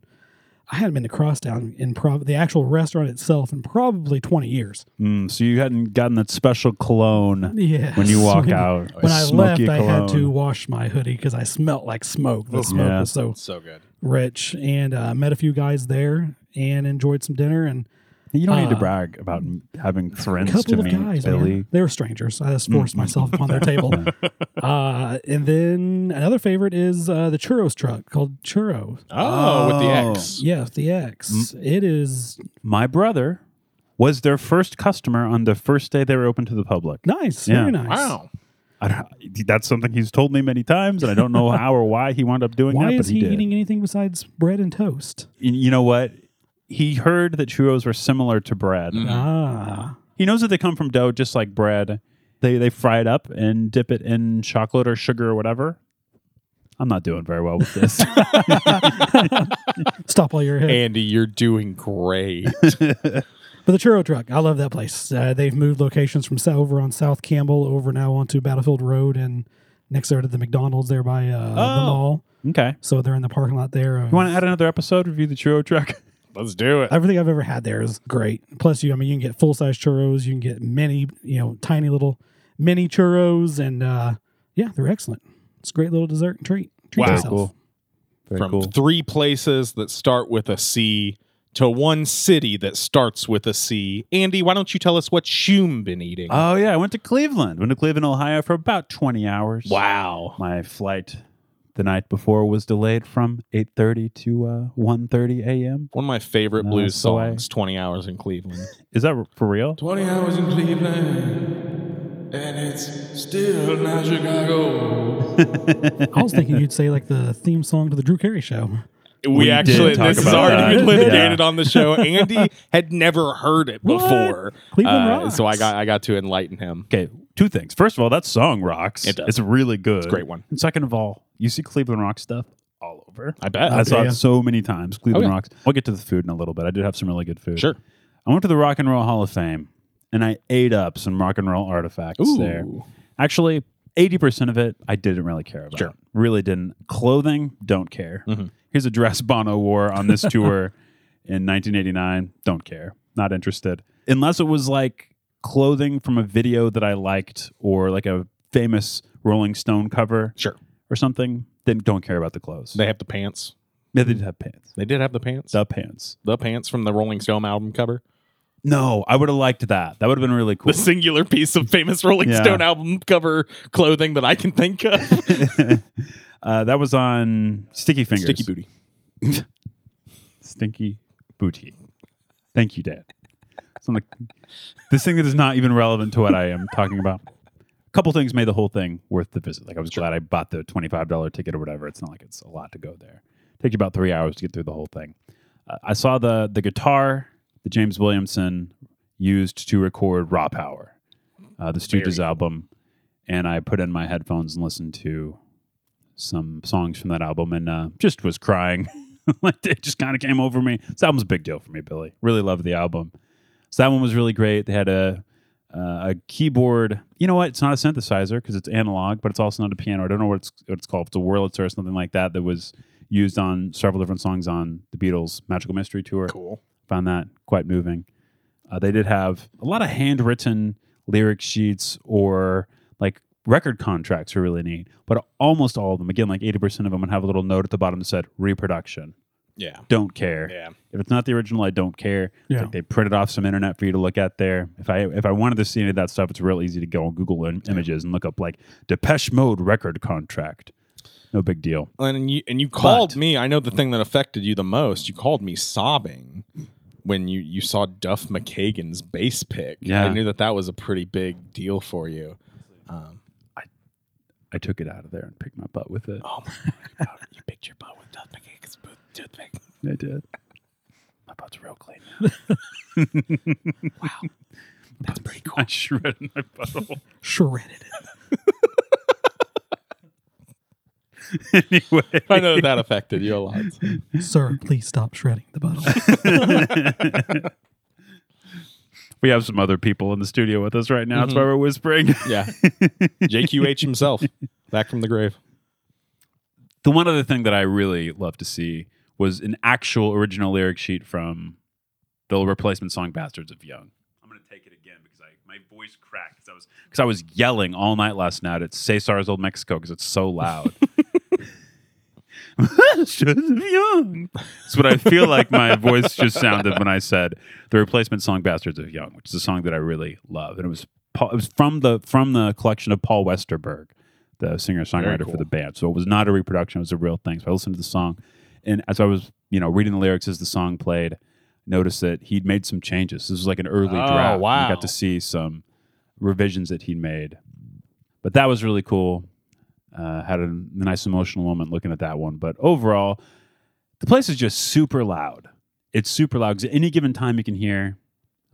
Speaker 3: I hadn't been to Crosstown in prob- the actual restaurant itself in probably twenty years.
Speaker 2: Mm, so you hadn't gotten that special cologne
Speaker 3: Yeah.
Speaker 2: when you walk out.
Speaker 3: when I left,
Speaker 2: Smoky
Speaker 3: I had to
Speaker 2: cologne.
Speaker 3: wash my hoodie because I smelt like smoke. The smoke
Speaker 2: Yeah.
Speaker 3: was so
Speaker 1: So good.
Speaker 3: rich, and uh, met a few guys there and enjoyed some dinner and
Speaker 2: You don't need to
Speaker 3: uh,
Speaker 2: brag about having
Speaker 3: a
Speaker 2: friends to
Speaker 3: couple of
Speaker 2: me,
Speaker 3: guys. man.
Speaker 2: Billy. Mm.
Speaker 3: They were strangers. I just forced myself upon their table. Uh, and then another favorite is uh, the churros truck called Churro.
Speaker 1: Oh, with the
Speaker 2: Oh.
Speaker 1: X.
Speaker 3: Yeah, the X.
Speaker 2: Mm.
Speaker 3: It is
Speaker 2: My brother was their first customer on the first day they were open to the public.
Speaker 3: Nice.
Speaker 2: Yeah.
Speaker 3: Very nice.
Speaker 1: Wow.
Speaker 2: I don't, that's something he's told me many times, and I don't know how or why he wound up doing
Speaker 3: Why
Speaker 2: that.
Speaker 3: is
Speaker 2: but
Speaker 3: he
Speaker 2: did.
Speaker 3: eating anything besides bread and toast?
Speaker 2: Y- You know what? He heard that churros were similar to bread.
Speaker 1: Mm-hmm.
Speaker 3: Ah.
Speaker 2: He knows that they come from dough, just like bread. They they fry it up and dip it in chocolate or sugar or whatever. I'm not doing very well with this.
Speaker 3: Stop while you're ahead.
Speaker 1: Andy, you're doing great.
Speaker 3: But the Churro Truck, I love that place. Uh, they've moved locations from Sa- over on South Campbell over now onto Battlefield Road and next there to the McDonald's there by uh, the mall.
Speaker 2: okay.
Speaker 3: So they're in the parking lot there. of-
Speaker 2: Oh. You want to add another episode? Review the churro truck.
Speaker 1: Let's do it.
Speaker 3: Everything I've ever had there is great. Plus, you, I mean, you can get full size churros, you can get many, you know, tiny little mini churros, and uh, yeah, they're excellent. It's a great little dessert and treat. treat
Speaker 1: Wow.
Speaker 3: yourself.
Speaker 2: Cool. Very
Speaker 1: From
Speaker 2: cool.
Speaker 1: three places that start with a C to one city that starts with a C. Andy, why don't you tell us what you've been eating?
Speaker 2: Oh yeah, I went to Cleveland. Went to Cleveland, Ohio for about 20 hours.
Speaker 1: wow.
Speaker 2: My flight the night before was delayed from 8:30 to uh, 1:30 a.m.
Speaker 1: One of my favorite
Speaker 2: No,
Speaker 1: blues
Speaker 2: that's the way.
Speaker 1: songs, 20 Hours in Cleveland.
Speaker 2: Is that for real?
Speaker 6: 20 hours in Cleveland, and it's still not Chicago.
Speaker 3: I was thinking you'd say like the theme song to the Drew Carey show.
Speaker 1: we,
Speaker 2: We
Speaker 1: actually,
Speaker 2: did talk
Speaker 1: this has
Speaker 2: about
Speaker 1: already
Speaker 2: that.
Speaker 1: been litigated
Speaker 2: Yeah.
Speaker 1: on the show. Andy had never heard it
Speaker 3: What?
Speaker 1: before.
Speaker 3: Cleveland
Speaker 1: Uh, So I
Speaker 3: rocks.
Speaker 1: got, I got to enlighten him.
Speaker 2: Okay, two things. First of all, that song rocks.
Speaker 1: It does.
Speaker 2: It's really good. It's
Speaker 1: a great one.
Speaker 2: And second of all, you see Cleveland Rock stuff all over.
Speaker 1: I bet.
Speaker 2: I saw
Speaker 3: yeah.
Speaker 2: it so many times. Cleveland
Speaker 1: Okay.
Speaker 2: Rocks. I'll get to the food in a little bit. I did have some really good food.
Speaker 1: Sure.
Speaker 2: I went to the Rock and Roll Hall of Fame and I ate up some rock and roll artifacts there.
Speaker 1: Ooh.
Speaker 2: Actually, 80% of it I didn't really care about.
Speaker 1: Sure. Mm-hmm.
Speaker 2: Really didn't. Clothing, don't care. Here's a dress Bono wore on this tour in 1989. Don't care. Not interested. Unless it was like clothing from a video that I liked or like a famous Rolling Stone cover
Speaker 1: Sure.
Speaker 2: or something, then don't care about the clothes.
Speaker 1: They have the pants.
Speaker 2: Yeah, they did have pants.
Speaker 1: They did have the pants.
Speaker 2: The pants.
Speaker 1: the pants from the Rolling Stone album cover.
Speaker 2: No, I would have liked that. That would have been really cool.
Speaker 1: The singular piece of famous Rolling
Speaker 2: Yeah.
Speaker 1: Stone album cover clothing that I can think of.
Speaker 2: Uh, that was on Sticky Fingers.
Speaker 1: Sticky booty.
Speaker 2: Stinky Booty. Thank you, Dad. It's on the, this thing that is not even relevant to what I am talking about. A couple things made the whole thing worth the visit. Like I was glad I bought the twenty five dollar ticket or whatever. It's not like it's a lot to go there. Takes you about three hours to get through the whole thing. Uh, I saw the the guitar that James Williamson used to record Raw Power, uh, the Stooges album, and I put in my headphones and listened to some songs from that album and uh, just was crying. like it just kind of came over me. This album's a big deal for me, Billy. Really love the album. So that one was really great. They had a uh, a keyboard. You know what? It's not a synthesizer because it's analog, but it's also not a piano. I don't know what it's what it's called. If it's a Wurlitzer or something like that that was used on several different songs on the Beatles' Magical Mystery Tour.
Speaker 1: Cool.
Speaker 2: Found that quite moving. Uh, they did have a lot of handwritten lyric sheets or like record contracts were really neat, but almost all of them, again, like 80% of them would have a little note at the bottom that said reproduction.
Speaker 1: Yeah.
Speaker 2: Don't care.
Speaker 1: Yeah.
Speaker 2: If it's not the original, I don't care.
Speaker 3: Yeah.
Speaker 2: Like they printed off some internet for you to look at there. If I if I wanted to see any of that stuff, it's real easy to go on Google Im- Images and look up like Depeche Mode record contract. No big deal.
Speaker 1: And you and you called me. I know the thing that affected you the most. You called me sobbing when you you saw Duff McKagan's bass pick.
Speaker 2: Yeah.
Speaker 1: I knew that that was a pretty big deal for you. Um,
Speaker 2: I took it out of there and picked my butt with it.
Speaker 1: oh my god, you picked your butt with Duff McKagan's toothpick.
Speaker 2: I did.
Speaker 1: My butt's real clean.
Speaker 2: That's pretty cool. I shredded my butthole.
Speaker 3: Shredded it.
Speaker 2: anyway.
Speaker 1: I know that affected you a lot.
Speaker 3: Sir, please stop shredding the bottle.
Speaker 2: We have some other people in the studio with us right now. That's why
Speaker 1: Mm-hmm.
Speaker 2: we're whispering.
Speaker 1: Yeah. JQH himself, back from the grave.
Speaker 2: the one other thing that I really love to see was an actual original lyric sheet from the replacement song "Bastards of Young." I'm gonna take it again because I my voice cracked because I was because I was yelling all night last night at Cesar's Old Mexico because it's so loud. Bastards of Young. That's what I feel like my voice just sounded when I said the replacement song "Bastards of Young," which is a song that I really love, and it was Paul, it was from the from the collection of Paul Westerberg, the singer songwriter for
Speaker 1: cool.
Speaker 2: the band. So it was not a reproduction; it was a real thing. So I listened to the song, and as I was you know reading the lyrics as the song played, noticed that he'd made some changes. This was like an early
Speaker 1: Oh,
Speaker 2: draft. and
Speaker 1: wow.
Speaker 2: I got to see some revisions that he'd made, but that was really cool. Uh, had a nice emotional moment looking at that one, but overall, the place is just super loud. It's super loud 'cause at any given time you can hear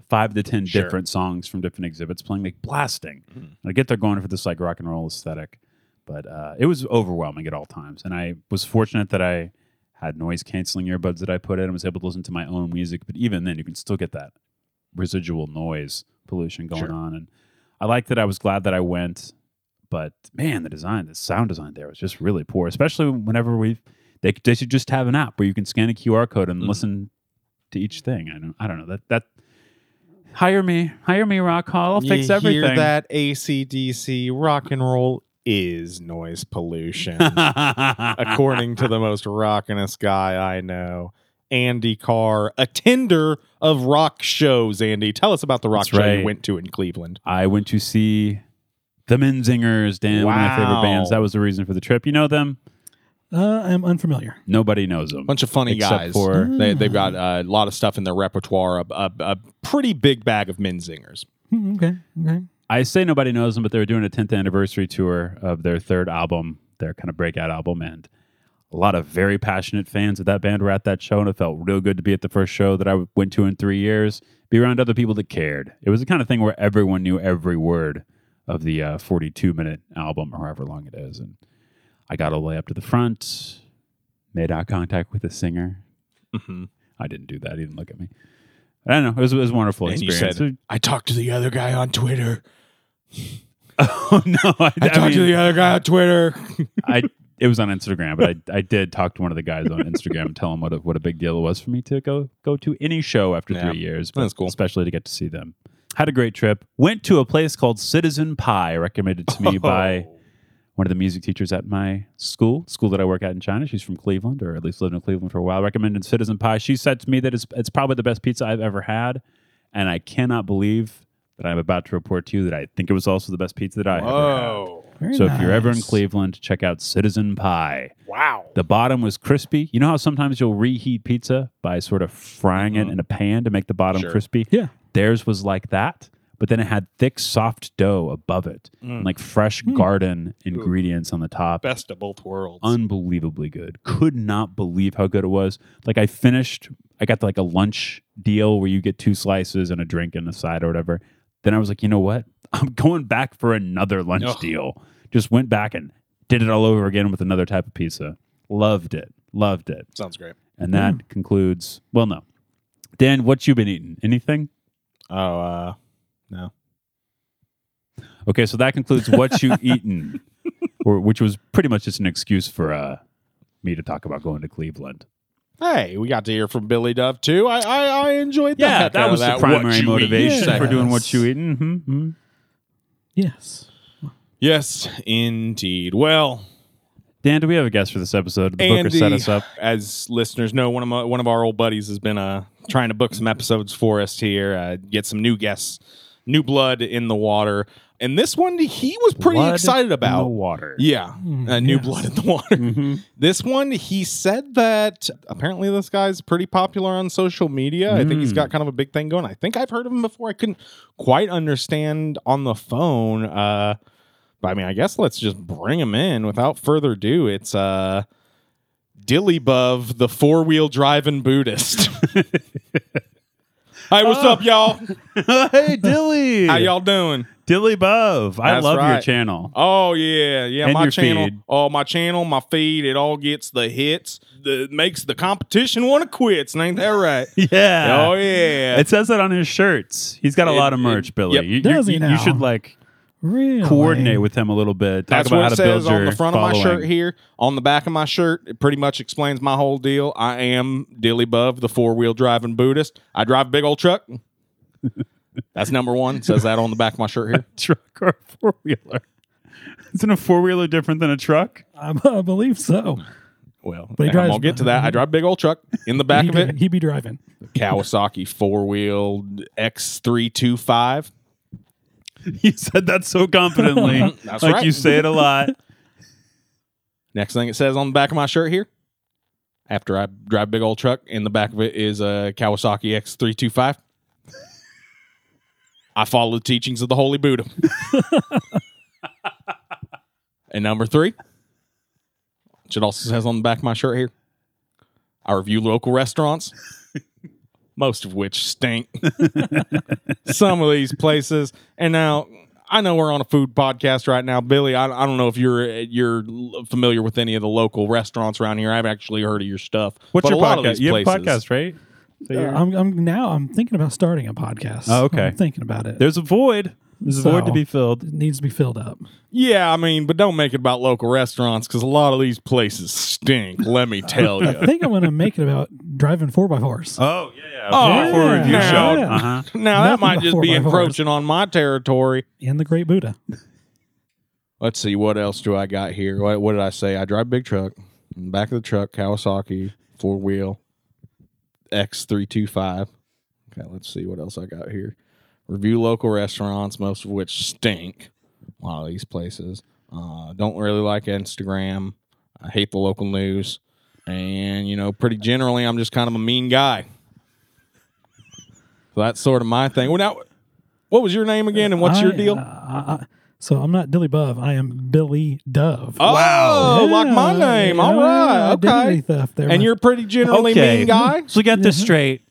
Speaker 2: five to ten
Speaker 1: Sure. Mm-hmm.
Speaker 2: different songs from different exhibits playing like blasting. And I get they're going for this like rock and roll aesthetic, but uh, it was overwhelming at all times. And I was fortunate that I had noise canceling earbuds that I put in and was able to listen to my own music. But even then, you can still get that residual noise pollution going
Speaker 1: Sure.
Speaker 2: on. And I like that. I was glad that I went, but man, the design, the sound design there was just really poor. Especially whenever we, they, they should just have an app where you can scan a QR code and
Speaker 1: Mhm.
Speaker 2: listen to each thing. I don't, I don't know that that. Hire me, hire me, Rock Hall. I'll fix
Speaker 1: You
Speaker 2: everything.
Speaker 1: Hear that ACDC rock and roll is noise pollution, according to the most rockinest guy I know, Andy Carr, attender of rock shows. Andy, tell us about the rock
Speaker 2: That's
Speaker 1: show you
Speaker 2: right.
Speaker 1: went to in Cleveland.
Speaker 2: I went to see the Menzingers, Dan, one of my
Speaker 1: Wow.
Speaker 2: favorite bands. That was the reason for the trip. You know them?
Speaker 3: Uh, I'm unfamiliar.
Speaker 2: Nobody knows them.
Speaker 1: Bunch of funny
Speaker 2: Except
Speaker 1: guys.
Speaker 2: for- Mm.
Speaker 1: they, they've got uh, a lot of stuff in their repertoire. A, a, a pretty big bag of men singers.
Speaker 3: Hmm, okay, okay.
Speaker 2: I say nobody knows them, but they were doing a 10th anniversary tour of their third album, their kind of breakout album, and a lot of very passionate fans of that band were at that show, and it felt real good to be at the first show that I went to in three years, be around other people that cared. It was the kind of thing where everyone knew every word of the uh, 42 minute album or however long it is. And I got all the way up to the front, made eye contact with the singer.
Speaker 1: Mhm.
Speaker 2: I didn't do that. He didn't look at me. I don't know. It was, it was a wonderful
Speaker 1: And you
Speaker 2: experience.
Speaker 1: said, I talked to the other guy on Twitter.
Speaker 2: oh, no. I,
Speaker 1: I,
Speaker 2: I
Speaker 1: talked
Speaker 2: mean-
Speaker 1: to the other guy on Twitter.
Speaker 2: I it was on Instagram, but I, I did talk to one of the guys on Instagram and tell him what a, what a big deal it was for me to go go to any show after
Speaker 1: Yeah.
Speaker 2: three years.
Speaker 1: That's cool.
Speaker 2: especially to get to see them. Had a great trip. Went to a place called Citizen Pie, recommended to
Speaker 1: Oh.
Speaker 2: me by one of the music teachers at my school, school that I work at in China. She's from Cleveland, or at least lived in Cleveland for a while. Recommended Citizen Pie. She said to me that it's it's probably the best pizza I've ever had, and I cannot believe that I'm about to report to you that I think it was also the best pizza that I ever had.
Speaker 1: Oh,
Speaker 3: Very
Speaker 2: So if you're ever in
Speaker 3: nice.
Speaker 2: Cleveland, check out Citizen Pie.
Speaker 1: wow.
Speaker 2: The bottom was crispy. You know how sometimes you'll reheat pizza by sort of frying it in a pan to make the bottom
Speaker 1: Sure.
Speaker 2: crispy?
Speaker 3: Uh-huh. Yeah.
Speaker 2: Theirs was like that but then it had thick, soft dough above it,
Speaker 1: Mm.
Speaker 2: and like fresh
Speaker 3: Hmm.
Speaker 2: garden ingredients on the top.
Speaker 1: Best of both worlds.
Speaker 2: Unbelievably good. Could not believe how good it was. Like I finished, I got like a lunch deal where you get two slices and a drink and a side or whatever. Then I was like, you know what? I'm going back for another lunch
Speaker 1: Ugh.
Speaker 2: deal. Just went back and did it all over again with another type of pizza. Loved it. Loved it.
Speaker 1: Sounds great.
Speaker 2: And that concludes. Well, no. Dan, what you been eating? Anything?
Speaker 1: Oh, uh, no.
Speaker 2: Okay, so that concludes what you eaten, or, which was pretty much just an excuse for uh, me to talk about going to Cleveland.
Speaker 1: Hey, we got to hear from Billy Dove too. I I, I enjoyed that.
Speaker 2: Yeah, that, was the primary motivation for doing what you
Speaker 1: eat. Mm-hmm,
Speaker 2: eating. Mhm, mhm.
Speaker 3: Yes.
Speaker 1: Yes, indeed. Well,
Speaker 2: Dan, do we have a guest for this episode? The booker
Speaker 1: Andy,
Speaker 2: set us up.
Speaker 1: as listeners know, one of my, one of our old buddies has been uh, trying to book some episodes for us here. Uh, get some new guests, new blood in the water, and this one he was pretty
Speaker 2: Blood in
Speaker 1: excited
Speaker 2: the
Speaker 1: about.
Speaker 2: water.
Speaker 1: Yeah, uh, new
Speaker 3: yes.
Speaker 1: blood in the water. This one, he said that apparently this guy's pretty popular on social media. I think he's got kind of a big thing going. I think I've heard of him before. I couldn't quite understand on the phone. Uh, but I mean, I guess let's just bring him in without further ado. It's uh, Dillybub, the four wheel driving Buddhist. hey, what's up, y'all?
Speaker 2: hey, Dilly.
Speaker 1: How y'all doing?
Speaker 2: Dilly Bove. I
Speaker 1: That's
Speaker 2: love your
Speaker 1: right.
Speaker 2: channel.
Speaker 1: Oh yeah, yeah.
Speaker 2: And
Speaker 1: my
Speaker 2: your
Speaker 1: channel,
Speaker 2: feed.
Speaker 1: oh my channel, my feed. It all gets the hits that makes the competition want to quit. And ain't that right?
Speaker 2: Yeah.
Speaker 1: oh yeah.
Speaker 2: It says that on his shirts. He's got a
Speaker 1: It-
Speaker 2: lot of
Speaker 1: it-
Speaker 2: merch, Billy.
Speaker 1: yep.
Speaker 2: You- you-
Speaker 3: Does he
Speaker 2: you- you
Speaker 3: now?
Speaker 2: should like
Speaker 3: Really?
Speaker 2: coordinate with him a little bit. Talk
Speaker 1: That's
Speaker 2: about
Speaker 1: what
Speaker 2: how
Speaker 1: it
Speaker 2: to build
Speaker 1: says
Speaker 2: your
Speaker 1: on the front of my
Speaker 2: following.
Speaker 1: shirt here. On the back of my shirt, it pretty much explains my whole deal. I am Dilly Bub, the four wheel driving Buddhist. I drive a big old truck. That's number one. It says that on the back of my shirt here.
Speaker 2: truck or a four wheeler. Isn't a four wheeler different than a truck?
Speaker 3: I, I believe so.
Speaker 1: Well,
Speaker 3: But he
Speaker 1: I'm gonna
Speaker 3: drives-
Speaker 1: get to that. I drive a big old truck. In the back
Speaker 3: He'd
Speaker 1: of it,
Speaker 3: be, he be driving.
Speaker 1: Kawasaki four wheel X three two five.
Speaker 2: You said that so confidently.
Speaker 1: That's
Speaker 2: like
Speaker 1: right.
Speaker 2: you say it a lot.
Speaker 1: Next thing it says on the back of my shirt here, after I drive a big old truck, in the back of it is a Kawasaki X325. I follow the teachings of the Holy Buddha. and number three, which it also says on the back of my shirt here, I review local restaurants, most of which stink. Some of these places, and now I know we're on a food podcast right now, Billy. I, I don't know if you're you're familiar with any of the local restaurants around here. I've actually heard of your stuff.
Speaker 2: What's
Speaker 1: But
Speaker 2: your
Speaker 1: a lot of
Speaker 2: podcast?
Speaker 1: these
Speaker 2: You have a
Speaker 1: places-
Speaker 2: podcast, right? So
Speaker 3: Uh,
Speaker 2: you're-
Speaker 3: I'm, I'm now. I'm thinking about starting a podcast.
Speaker 2: Oh, okay.
Speaker 3: I'm thinking about it.
Speaker 2: there's a void. There's a
Speaker 3: So-
Speaker 2: void to be filled.
Speaker 3: it needs to be filled up.
Speaker 1: Yeah, I mean, but don't make it about local restaurants because a lot of these places stink. Let me tell
Speaker 3: I
Speaker 1: you.
Speaker 3: think I'm going to make it about driving four by fours.
Speaker 2: Oh yeah, yeah.
Speaker 1: Oh,
Speaker 2: for a review
Speaker 1: yeah.
Speaker 2: show.
Speaker 3: Yeah.
Speaker 2: Uh-huh.
Speaker 1: now that
Speaker 3: Nothing
Speaker 1: might just
Speaker 3: before
Speaker 1: be
Speaker 3: my horse.
Speaker 1: encroaching on my territory.
Speaker 3: and the Great Buddha.
Speaker 1: Let's see what else do I got here. What, what did I say? I drive big truck. In the back of the truck, Kawasaki four wheel X three two five. Okay, let's see what else I got here. Review local restaurants, most of which stink. A lot of these places. Uh, don't really like Instagram. I hate the local news, and you know, pretty generally, I'm just kind of a mean guy. So that's sort of my thing. Well, now, what was your name again, and what's your
Speaker 3: I,
Speaker 1: deal?
Speaker 3: uh, I- I- so I'm not Dilly Bub. I am Billy Dove.
Speaker 2: Oh,
Speaker 1: Wow.
Speaker 3: Yeah,
Speaker 1: Oh, like my name. All
Speaker 3: yeah,
Speaker 1: right.
Speaker 3: Identity
Speaker 1: Okay.
Speaker 3: theft there.
Speaker 1: And you're a pretty generally mean guy.
Speaker 2: Mm-hmm. So we got this straight.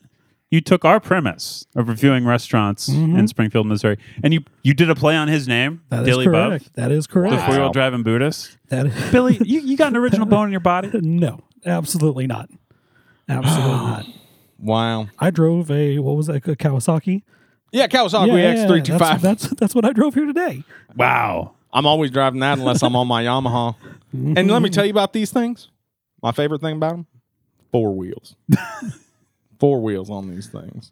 Speaker 2: You took our premise of reviewing restaurants in Springfield, Missouri, and you you did a play on his name,
Speaker 3: That is
Speaker 2: Dilly Buff,
Speaker 3: correct. That is
Speaker 2: the
Speaker 3: correct.
Speaker 2: four wheel driving Buddhist.
Speaker 3: That is,
Speaker 2: Billy, you, you got an original bone in your body.
Speaker 3: no, absolutely not. Absolutely not.
Speaker 1: Wow.
Speaker 3: I drove a what was that? A Kawasaki.
Speaker 1: Yeah, Kawasaki
Speaker 3: that's,
Speaker 1: X325.
Speaker 3: that's that's what I drove here today.
Speaker 2: Wow.
Speaker 1: I'm always driving that unless I'm on my Yamaha. And let me tell you about these things. My favorite thing about them four wheels. four wheels on these things.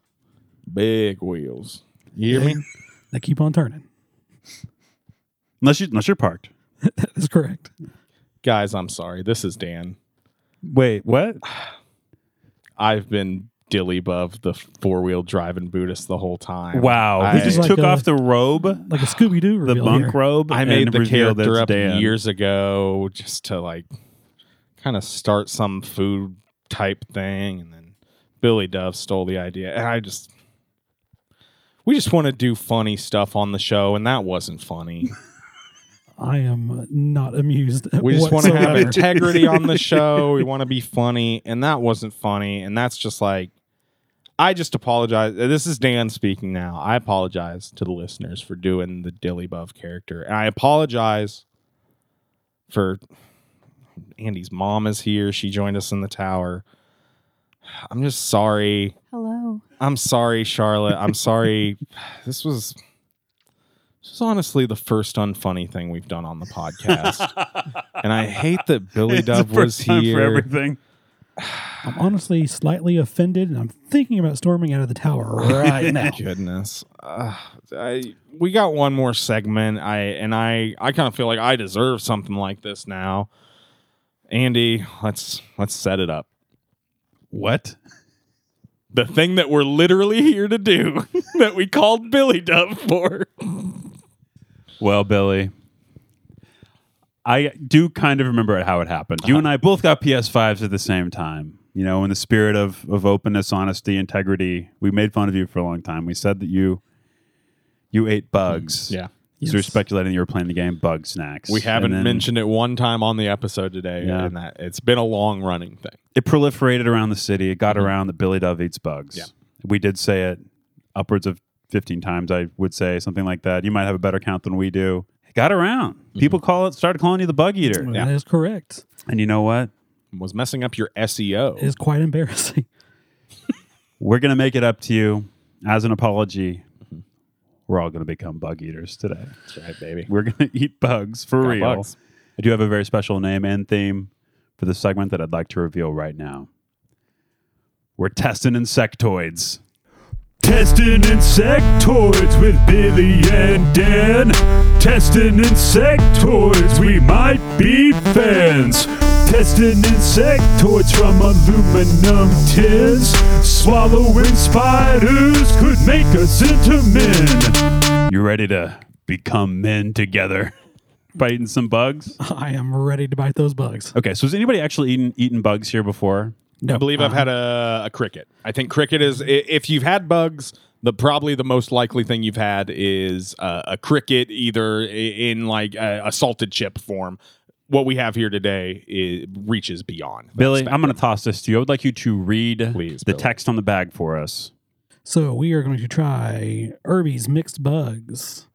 Speaker 1: Big wheels. You hear me?
Speaker 3: They keep on turning.
Speaker 2: Unless you unless you're parked.
Speaker 3: That is correct.
Speaker 1: Guys, I'm sorry. This is Dan.
Speaker 2: Wait, what?
Speaker 1: I've been dilly above the four wheel driving Buddhist the whole time.
Speaker 2: Wow.
Speaker 1: I,
Speaker 2: he just
Speaker 3: like
Speaker 2: took
Speaker 3: a-
Speaker 2: off the robe,
Speaker 3: Like a Scooby Doo.
Speaker 2: the bunk robe.
Speaker 1: I
Speaker 2: and
Speaker 1: made the
Speaker 2: revealed
Speaker 1: character
Speaker 2: that's
Speaker 1: up
Speaker 2: Dan.
Speaker 1: years ago just to like kind of start some food type thing, and then Billy Dove stole the idea, and I just We just want to do funny stuff on the show, and that wasn't funny.
Speaker 3: I am not amused.
Speaker 1: We just want to have
Speaker 3: whatsoever.
Speaker 1: integrity on the show. We want to be funny, and that wasn't funny. And that's just like, I just apologize. Uh, This is Dan speaking now. I apologize to the listeners for doing the Dilly Buff character, and I apologize for Andy's mom is here. She joined us in the tower. I'm just sorry.
Speaker 7: Hello.
Speaker 1: I'm sorry, Charlotte. I'm sorry. this was this was honestly the first unfunny thing we've done on the podcast. and I hate that Billy
Speaker 2: It's the
Speaker 1: Dub was
Speaker 2: first time for
Speaker 1: here.
Speaker 2: everything.
Speaker 3: I'm honestly slightly offended, and I'm thinking about storming out of the tower right now.
Speaker 1: Goodness. Uh, I, we got one more segment. I and I I kind of feel like I deserve something like this now. Andy, let's let's set it up.
Speaker 2: What?
Speaker 1: The thing that we're literally here to do that we called Billy Dub for.
Speaker 2: Well, Billy, I do kind of remember how it happened.
Speaker 1: Uh-huh.
Speaker 2: You and I both got PS5s at the same time. You know, in the spirit of, of openness, honesty, integrity, we made fun of you for a long time. We said that you you ate bugs.
Speaker 1: Mm, Yeah.
Speaker 2: So we were speculating you were playing the game Bug Snacks.
Speaker 1: We haven't
Speaker 2: And then
Speaker 1: mentioned it one time on the episode today,
Speaker 2: Yeah.
Speaker 1: and that it's been a long running thing.
Speaker 2: it proliferated around the city. It got around that Billy Dove eats bugs.
Speaker 1: Mm-hmm. Yeah.
Speaker 2: We did say it upwards of 15 times, I would say, something like that. You might have a better count than we do. It got around.
Speaker 1: Mm-hmm.
Speaker 2: People call it started calling you the bug eater.
Speaker 3: That is correct.
Speaker 2: And you know what?
Speaker 1: Was messing up your E SEO.
Speaker 3: It is quite embarrassing.
Speaker 2: We're going to make it up to you as an apology. We're all going to become bug eaters today.
Speaker 1: That's right, baby.
Speaker 2: We're going to eat bugs for
Speaker 1: Got
Speaker 2: real.
Speaker 1: bugs.
Speaker 2: I do have a very special name and theme for the segment that I'd like to reveal right now. We're testing insectoids.
Speaker 4: Testing insectoids with Billy and Dan. Testing insectoids, we might be fans. Testing insectoids from aluminum tins. Swallowing spiders could make us into men.
Speaker 2: You ready to become men together? Biting some bugs?
Speaker 3: I am ready to bite those bugs.
Speaker 2: Okay, so has anybody actually eaten eaten bugs here before?
Speaker 3: No,
Speaker 1: I believe
Speaker 2: Uh-huh.
Speaker 1: I've had a, a cricket. I think cricket is, i- if you've had bugs, the probably the most likely thing you've had is uh, a cricket, either i- in like a, a salted chip form. What we have here today i reaches beyond. that
Speaker 2: Billy,
Speaker 1: spectrum.
Speaker 2: I'm going to toss this to you. I would like you to read
Speaker 1: Please,
Speaker 2: the
Speaker 1: Billy.
Speaker 2: text on the bag for us.
Speaker 3: So we are going to try Irby's Mixed Bugs.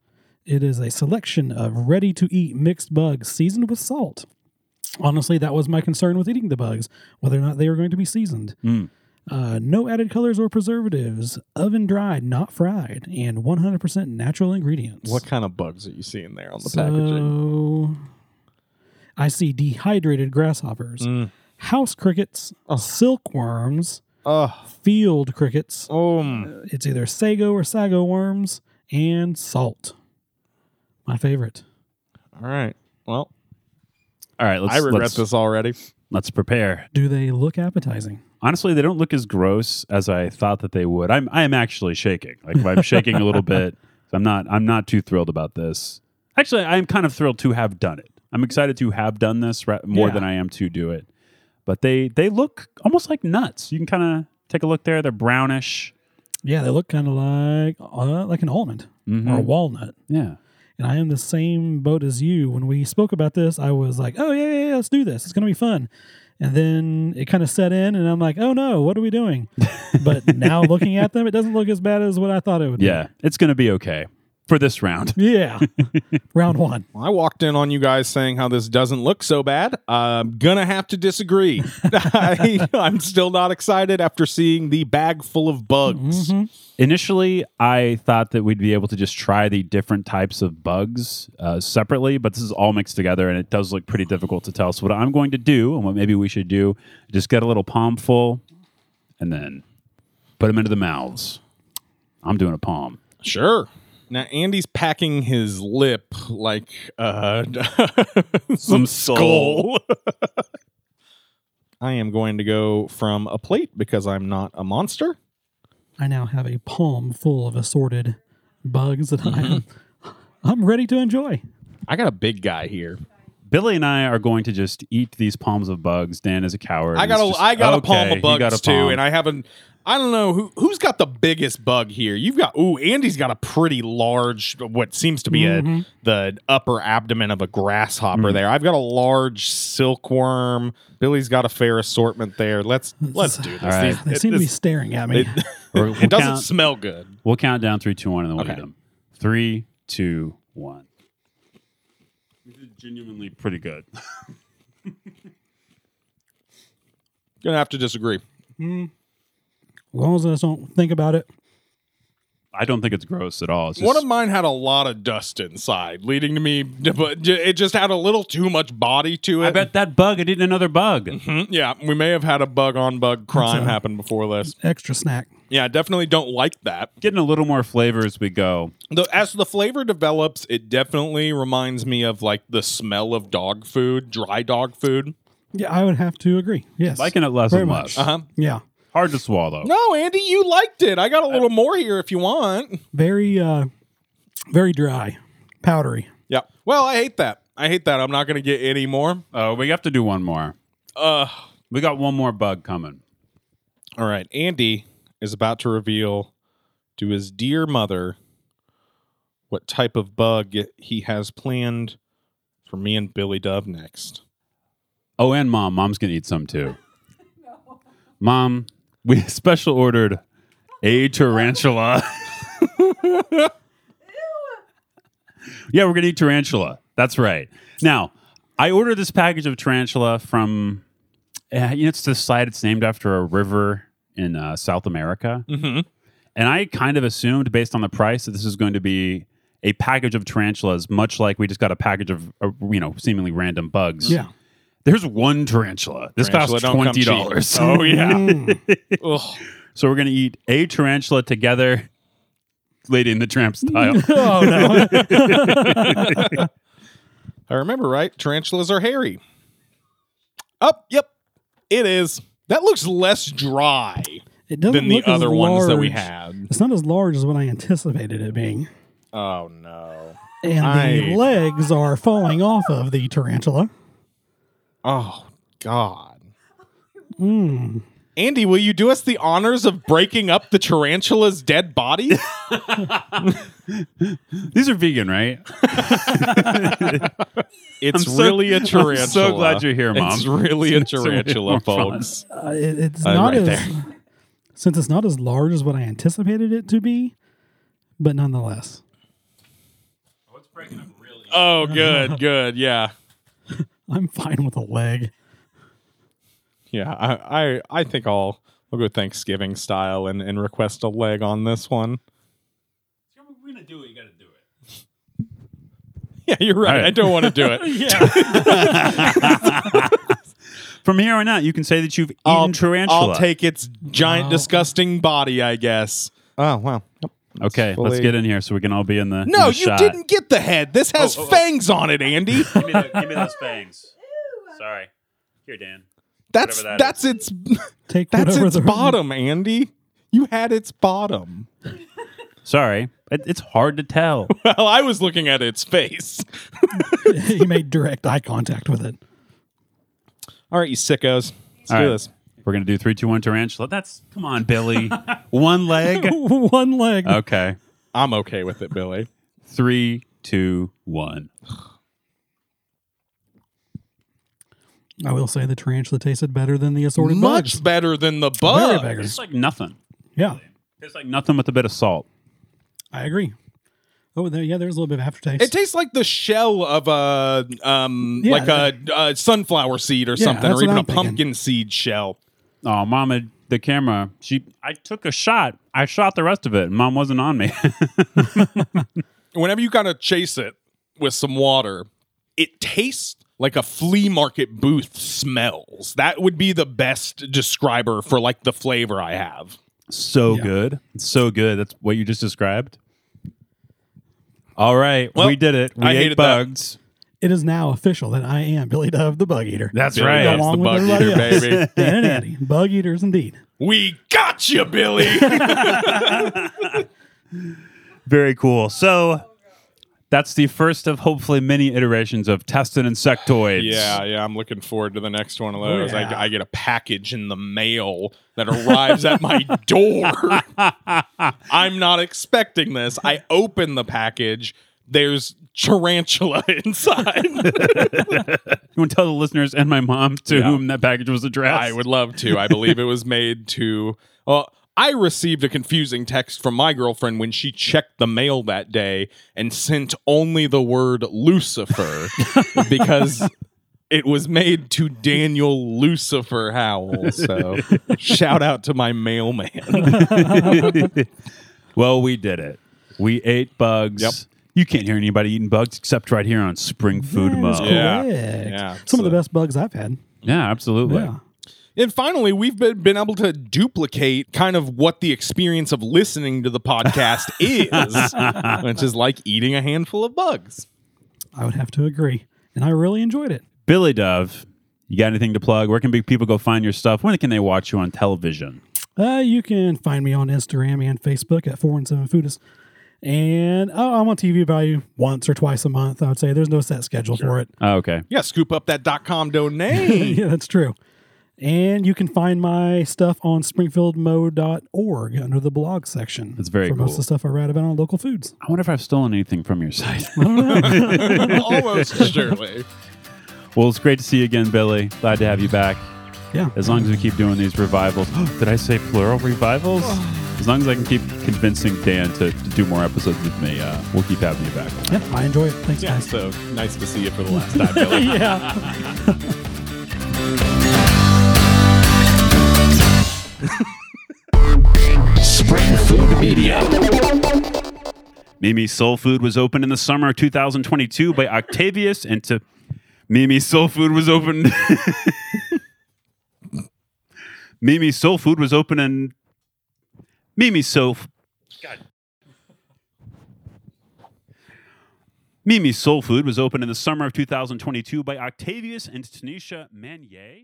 Speaker 3: It is a selection of ready to eat mixed bugs seasoned with salt. Honestly, that was my concern with eating the bugs, whether or not they were going to be seasoned.
Speaker 2: Mm.
Speaker 3: Uh, no added colors or preservatives, oven dried, not fried, and 100% natural ingredients.
Speaker 1: What kind of bugs are you seeing there on the
Speaker 3: so,
Speaker 1: packaging?
Speaker 3: I see dehydrated grasshoppers,
Speaker 1: Mm.
Speaker 3: house crickets, silkworms,
Speaker 1: Oh,
Speaker 3: field crickets,
Speaker 1: um,
Speaker 3: it's either sago or sago worms and salt. My favorite.
Speaker 1: all right. Well,
Speaker 2: All right, let's
Speaker 1: I regret
Speaker 2: let's,
Speaker 1: this already.
Speaker 2: Let's prepare.
Speaker 3: Do they look appetizing?
Speaker 2: Honestly, they don't look as gross as I thought that they would. I'm I am actually shaking. Like I'm shaking a little bit. I'm not I'm not too thrilled about this. Actually, I am kind of thrilled to have done it. I'm excited to have done this ra- more
Speaker 3: Yeah.
Speaker 2: than I am to do it. But they they look almost like nuts. You can kind of take a look there. They're brownish.
Speaker 3: Yeah, they look kind of like uh, like an almond or a walnut.
Speaker 2: Yeah.
Speaker 3: And I am the same boat as you. When we spoke about this, I was like, "Oh yeah, yeah, yeah let's do this. It's gonna be fun." And then it kind of set in, and I'm like, "Oh no, what are we doing?" but now looking at them, it doesn't look as bad as what I thought it would.
Speaker 2: Yeah. It's going to be okay for this round.
Speaker 3: Be. Yeah. Round one.
Speaker 1: Well, I walked in on you guys saying how this doesn't look so bad. I'm gonna have to disagree. I, am still not excited after seeing the bag full of bugs.
Speaker 2: Initially, I thought that we'd be able to just try the different types of bugs uh, separately, but this is all mixed together and it does look pretty difficult to tell. So, what I'm going to do and what maybe we should do, just get a little palm full and then put them into the mouths. I'm doing a palm.
Speaker 1: Sure. Now Andy's packing his lip like uh, some skull. I am going to go from a plate because I'm not a monster.
Speaker 3: I now have a palm full of assorted
Speaker 1: Mm-hmm.
Speaker 3: bugs that I am I'm ready to enjoy.
Speaker 1: I got a big guy here.
Speaker 2: Billy and I are going to just eat these palms of bugs. Dan is a coward.
Speaker 1: I got
Speaker 2: It's
Speaker 1: a
Speaker 2: just-
Speaker 1: I got a
Speaker 2: okay,
Speaker 1: palm of
Speaker 2: he got
Speaker 1: bugs
Speaker 2: a palm.
Speaker 1: too, and I haven't. I don't know who who's got the biggest bug here. You've got ooh, Andy's got a pretty large, what seems to be
Speaker 3: Mm-hmm.
Speaker 1: a the upper abdomen of a grasshopper
Speaker 2: Mm.
Speaker 1: there. I've got a large silkworm. Billy's got a fair assortment there. Let's let's do this.
Speaker 2: All right.
Speaker 1: These-
Speaker 3: They
Speaker 1: it-
Speaker 3: seem to be
Speaker 1: this-
Speaker 3: staring at me.
Speaker 1: it-
Speaker 2: We're- we'll
Speaker 1: it doesn't
Speaker 2: count-
Speaker 1: smell good.
Speaker 2: We'll count down three, two, one, and then we'll
Speaker 1: Okay.
Speaker 2: eat them. Three, two, one. This is genuinely pretty good.
Speaker 1: Gonna have to disagree.
Speaker 3: As long as I just don't think about it.
Speaker 2: I don't think it's gross at all. It's just,
Speaker 1: One of mine had a lot of dust inside, leading to me, but j- it just had a little too much body to it.
Speaker 2: I bet that bug. It eaten another bug.
Speaker 1: Mm, Yeah, we may have had a bug on bug crime
Speaker 3: That's a-
Speaker 1: happen before this.
Speaker 3: Extra snack.
Speaker 1: Yeah, definitely don't like that.
Speaker 2: Getting a little more flavor as we go.
Speaker 1: The, as the flavor develops, it definitely reminds me of like the smell of dog food, dry dog food.
Speaker 3: Yeah, I would have to agree. Yes.
Speaker 2: Liking it less
Speaker 3: Very
Speaker 2: and
Speaker 3: much.
Speaker 2: less.
Speaker 1: Uh-huh.
Speaker 3: Yeah.
Speaker 2: Hard to swallow.
Speaker 1: No, Andy, you liked it. I got a little more here if you want.
Speaker 3: Very uh very dry. Powdery.
Speaker 1: Yeah. Well, I hate that. I hate that. I'm not going to get any more.
Speaker 2: Uh, we have to do one more.
Speaker 1: Uh,
Speaker 2: We got one more bug coming.
Speaker 1: all right. Andy is about to reveal to his dear mother what type of bug he has planned for me and Billy Dove next.
Speaker 2: Oh, and mom. Mom's gonna eat some too. Mom, we special ordered a tarantula. yeah, we're gonna eat tarantula. That's right. Now, I ordered this package of tarantula from. Uh, you know, it's the site. It's named after a river in uh, South America.
Speaker 1: Mm-hmm.
Speaker 2: And I kind of assumed, based on the price, that this is going to be a package of tarantulas, much like we just got a package of uh, you know seemingly random bugs.
Speaker 3: Yeah.
Speaker 2: There's one tarantula. This
Speaker 1: Tarantula
Speaker 2: costs
Speaker 1: don't come
Speaker 2: twenty
Speaker 1: cheap.
Speaker 2: dollars. Oh yeah.
Speaker 3: Mm.
Speaker 2: so we're gonna eat a tarantula together, Lady in the Tramp style.
Speaker 3: oh no.
Speaker 1: I remember right. Tarantulas are hairy. Oh, yep. It is. That looks less dry
Speaker 3: It doesn't
Speaker 1: than the
Speaker 3: look as
Speaker 1: other ones that we
Speaker 3: large.
Speaker 1: had.
Speaker 3: It's not as large as what I anticipated it being.
Speaker 1: Oh no.
Speaker 3: And
Speaker 1: I-
Speaker 3: the legs are falling off of the tarantula.
Speaker 1: Oh God.
Speaker 2: Hmm.
Speaker 3: Mm.
Speaker 1: Andy, will you do us the honors of breaking up the tarantula's dead body?
Speaker 2: These are vegan, right?
Speaker 1: It's
Speaker 2: so-
Speaker 1: really a
Speaker 2: I'm so
Speaker 1: tarantula.
Speaker 2: glad you're here, Mom.
Speaker 1: It's really a
Speaker 2: It's really
Speaker 1: tarantula,
Speaker 2: more fun.
Speaker 1: folks.
Speaker 3: Uh, it- it's
Speaker 1: Uh,
Speaker 3: not
Speaker 1: right
Speaker 3: as
Speaker 1: there.
Speaker 3: since it's not as large as what I anticipated it to be, but nonetheless.
Speaker 1: Oh, good, good. Yeah.
Speaker 3: I'm fine with a leg.
Speaker 1: Yeah. I I, I think I'll I'll go Thanksgiving style and, and request a leg on this one.
Speaker 2: We're gonna do it. You gotta do it.
Speaker 1: Yeah, you're right.
Speaker 2: right.
Speaker 1: I don't want to do it.
Speaker 2: From here on out, you can say that you've eaten tarantula.
Speaker 1: I'll take its giant,
Speaker 3: Wow.
Speaker 1: disgusting body, I guess. Oh wow!
Speaker 2: Okay, let's
Speaker 1: fully-
Speaker 2: get in here so we can all be in the. in
Speaker 1: No,
Speaker 2: the
Speaker 1: you
Speaker 2: shot.
Speaker 1: didn't get the head. This has
Speaker 2: Oh, oh, oh.
Speaker 1: fangs on it, Andy.
Speaker 2: Give me, the, give me those bangs. Sorry. Here, Dan.
Speaker 1: That's
Speaker 2: Whatever that
Speaker 1: that's its
Speaker 3: Take
Speaker 1: that's
Speaker 3: whatever
Speaker 1: its
Speaker 3: the-
Speaker 1: bottom, Andy. You had its bottom.
Speaker 2: Sorry. It, it's hard to tell.
Speaker 1: Well, I was looking at its face.
Speaker 3: he made direct eye contact with it.
Speaker 1: All right, you sickos. Let's
Speaker 2: All
Speaker 1: do
Speaker 2: right.
Speaker 1: this.
Speaker 2: We're gonna do three, two, one tarantula. That's come on, Billy. one leg.
Speaker 3: One leg.
Speaker 2: Okay.
Speaker 1: I'm okay with it, Billy.
Speaker 2: Three, two, one.
Speaker 3: I will say the tarantula tasted better than the assorted
Speaker 1: Much
Speaker 3: bugs.
Speaker 1: better than the
Speaker 3: Very
Speaker 1: bug.
Speaker 3: better.
Speaker 2: It's like nothing.
Speaker 3: Yeah,
Speaker 2: It's like nothing with a bit of salt.
Speaker 3: I agree. Oh, there, yeah, there's a little bit of aftertaste.
Speaker 1: It tastes like the shell of a um,
Speaker 3: Yeah,
Speaker 1: like a, a sunflower seed or
Speaker 3: Yeah,
Speaker 1: something,
Speaker 3: that's
Speaker 1: or
Speaker 3: what
Speaker 1: even
Speaker 3: I'm
Speaker 1: a
Speaker 3: thinking.
Speaker 1: pumpkin seed shell.
Speaker 2: Oh, Mama, the camera. She. I took a shot. I shot the rest of it. and Mom wasn't on me.
Speaker 1: whenever you kind of chase it with some water, it tastes like a flea market booth smells. That would be the best describer for like the flavor I have.
Speaker 2: so
Speaker 3: Yeah.
Speaker 2: good. So good. That's what you just described. All right,
Speaker 1: Well,
Speaker 2: we did it. We
Speaker 1: I
Speaker 2: ate
Speaker 1: hated that.
Speaker 2: bugs.
Speaker 3: it is now official that I am Billy Dove, the bug eater.
Speaker 2: That's
Speaker 1: Billy
Speaker 2: right.
Speaker 1: Duff's
Speaker 3: Along
Speaker 1: the
Speaker 3: with
Speaker 1: bug
Speaker 3: everybody
Speaker 1: eater,
Speaker 3: else.
Speaker 1: baby.
Speaker 3: Dan and Andy, bug eaters indeed.
Speaker 1: we got you, Billy.
Speaker 2: Very cool. So That's the first of hopefully many iterations of Tested Insectoids.
Speaker 1: Yeah, yeah, I'm looking forward to the next one of those.
Speaker 3: yeah.
Speaker 1: I, I get a package in the mail that arrives at my door. I'm not expecting this. I open the package. There's tarantula inside.
Speaker 2: You want to tell the listeners and my mom to
Speaker 1: Yeah.
Speaker 2: whom that package was addressed?
Speaker 1: I would love to. I believe it was made to. Well, I received a confusing text from my girlfriend when she checked the mail that day and sent only the word Lucifer because it was made to Daniel Lucifer Howell. So shout out to my mailman.
Speaker 2: Well, we did it. We ate bugs.
Speaker 1: Yep.
Speaker 2: You can't hear anybody eating bugs except right here on Spring Food
Speaker 3: That is
Speaker 2: Mode.
Speaker 1: cool. Yeah.
Speaker 3: correct.
Speaker 1: Yeah,
Speaker 3: Some of the
Speaker 1: so-
Speaker 3: best bugs I've had.
Speaker 2: Yeah, absolutely.
Speaker 3: Yeah.
Speaker 1: And finally, we've been, been able to duplicate kind of what the experience of listening to the podcast is, which is like eating a handful of bugs.
Speaker 3: I would have to agree. And I really enjoyed it.
Speaker 2: Billy Dove, you got anything to plug? Where can big people go find your stuff? When can they watch you on television?
Speaker 3: Uh, you can find me on Instagram and Facebook at 417 Foodist. And oh, I'm on TV value once or twice a month. I would say there's no set schedule for it.
Speaker 2: Oh, okay.
Speaker 1: Yeah, scoop up that dot com domain.
Speaker 3: yeah, that's true. And you can find my stuff on springfieldmode.org under the blog section.
Speaker 2: That's very
Speaker 3: For most
Speaker 2: cool.
Speaker 3: of the stuff I write about on local foods.
Speaker 2: I wonder if I've stolen anything from your site.
Speaker 1: Almost surely.
Speaker 2: well, it's great to see you again, Billy. Glad to have you back.
Speaker 3: Yeah.
Speaker 2: As long as we keep doing these revivals. Did I say plural revivals? As long as I can keep convincing Dan to, to do more episodes with me, uh, we'll keep having you back.
Speaker 3: Yeah, I enjoy it. Thanks,
Speaker 1: Yeah,
Speaker 3: guys.
Speaker 1: so nice to see you for the last time, Billy.
Speaker 3: yeah.
Speaker 4: Spring Food Media.
Speaker 2: Mimi Soul Food was opened in the summer of 2022 by Octavius and to Mimi Soul Food was opened. Mimi Soul Food was open in Mimi Soul. God. Mimi Soul Food was open in the summer of 2022 by Octavius and Tanisha Manier.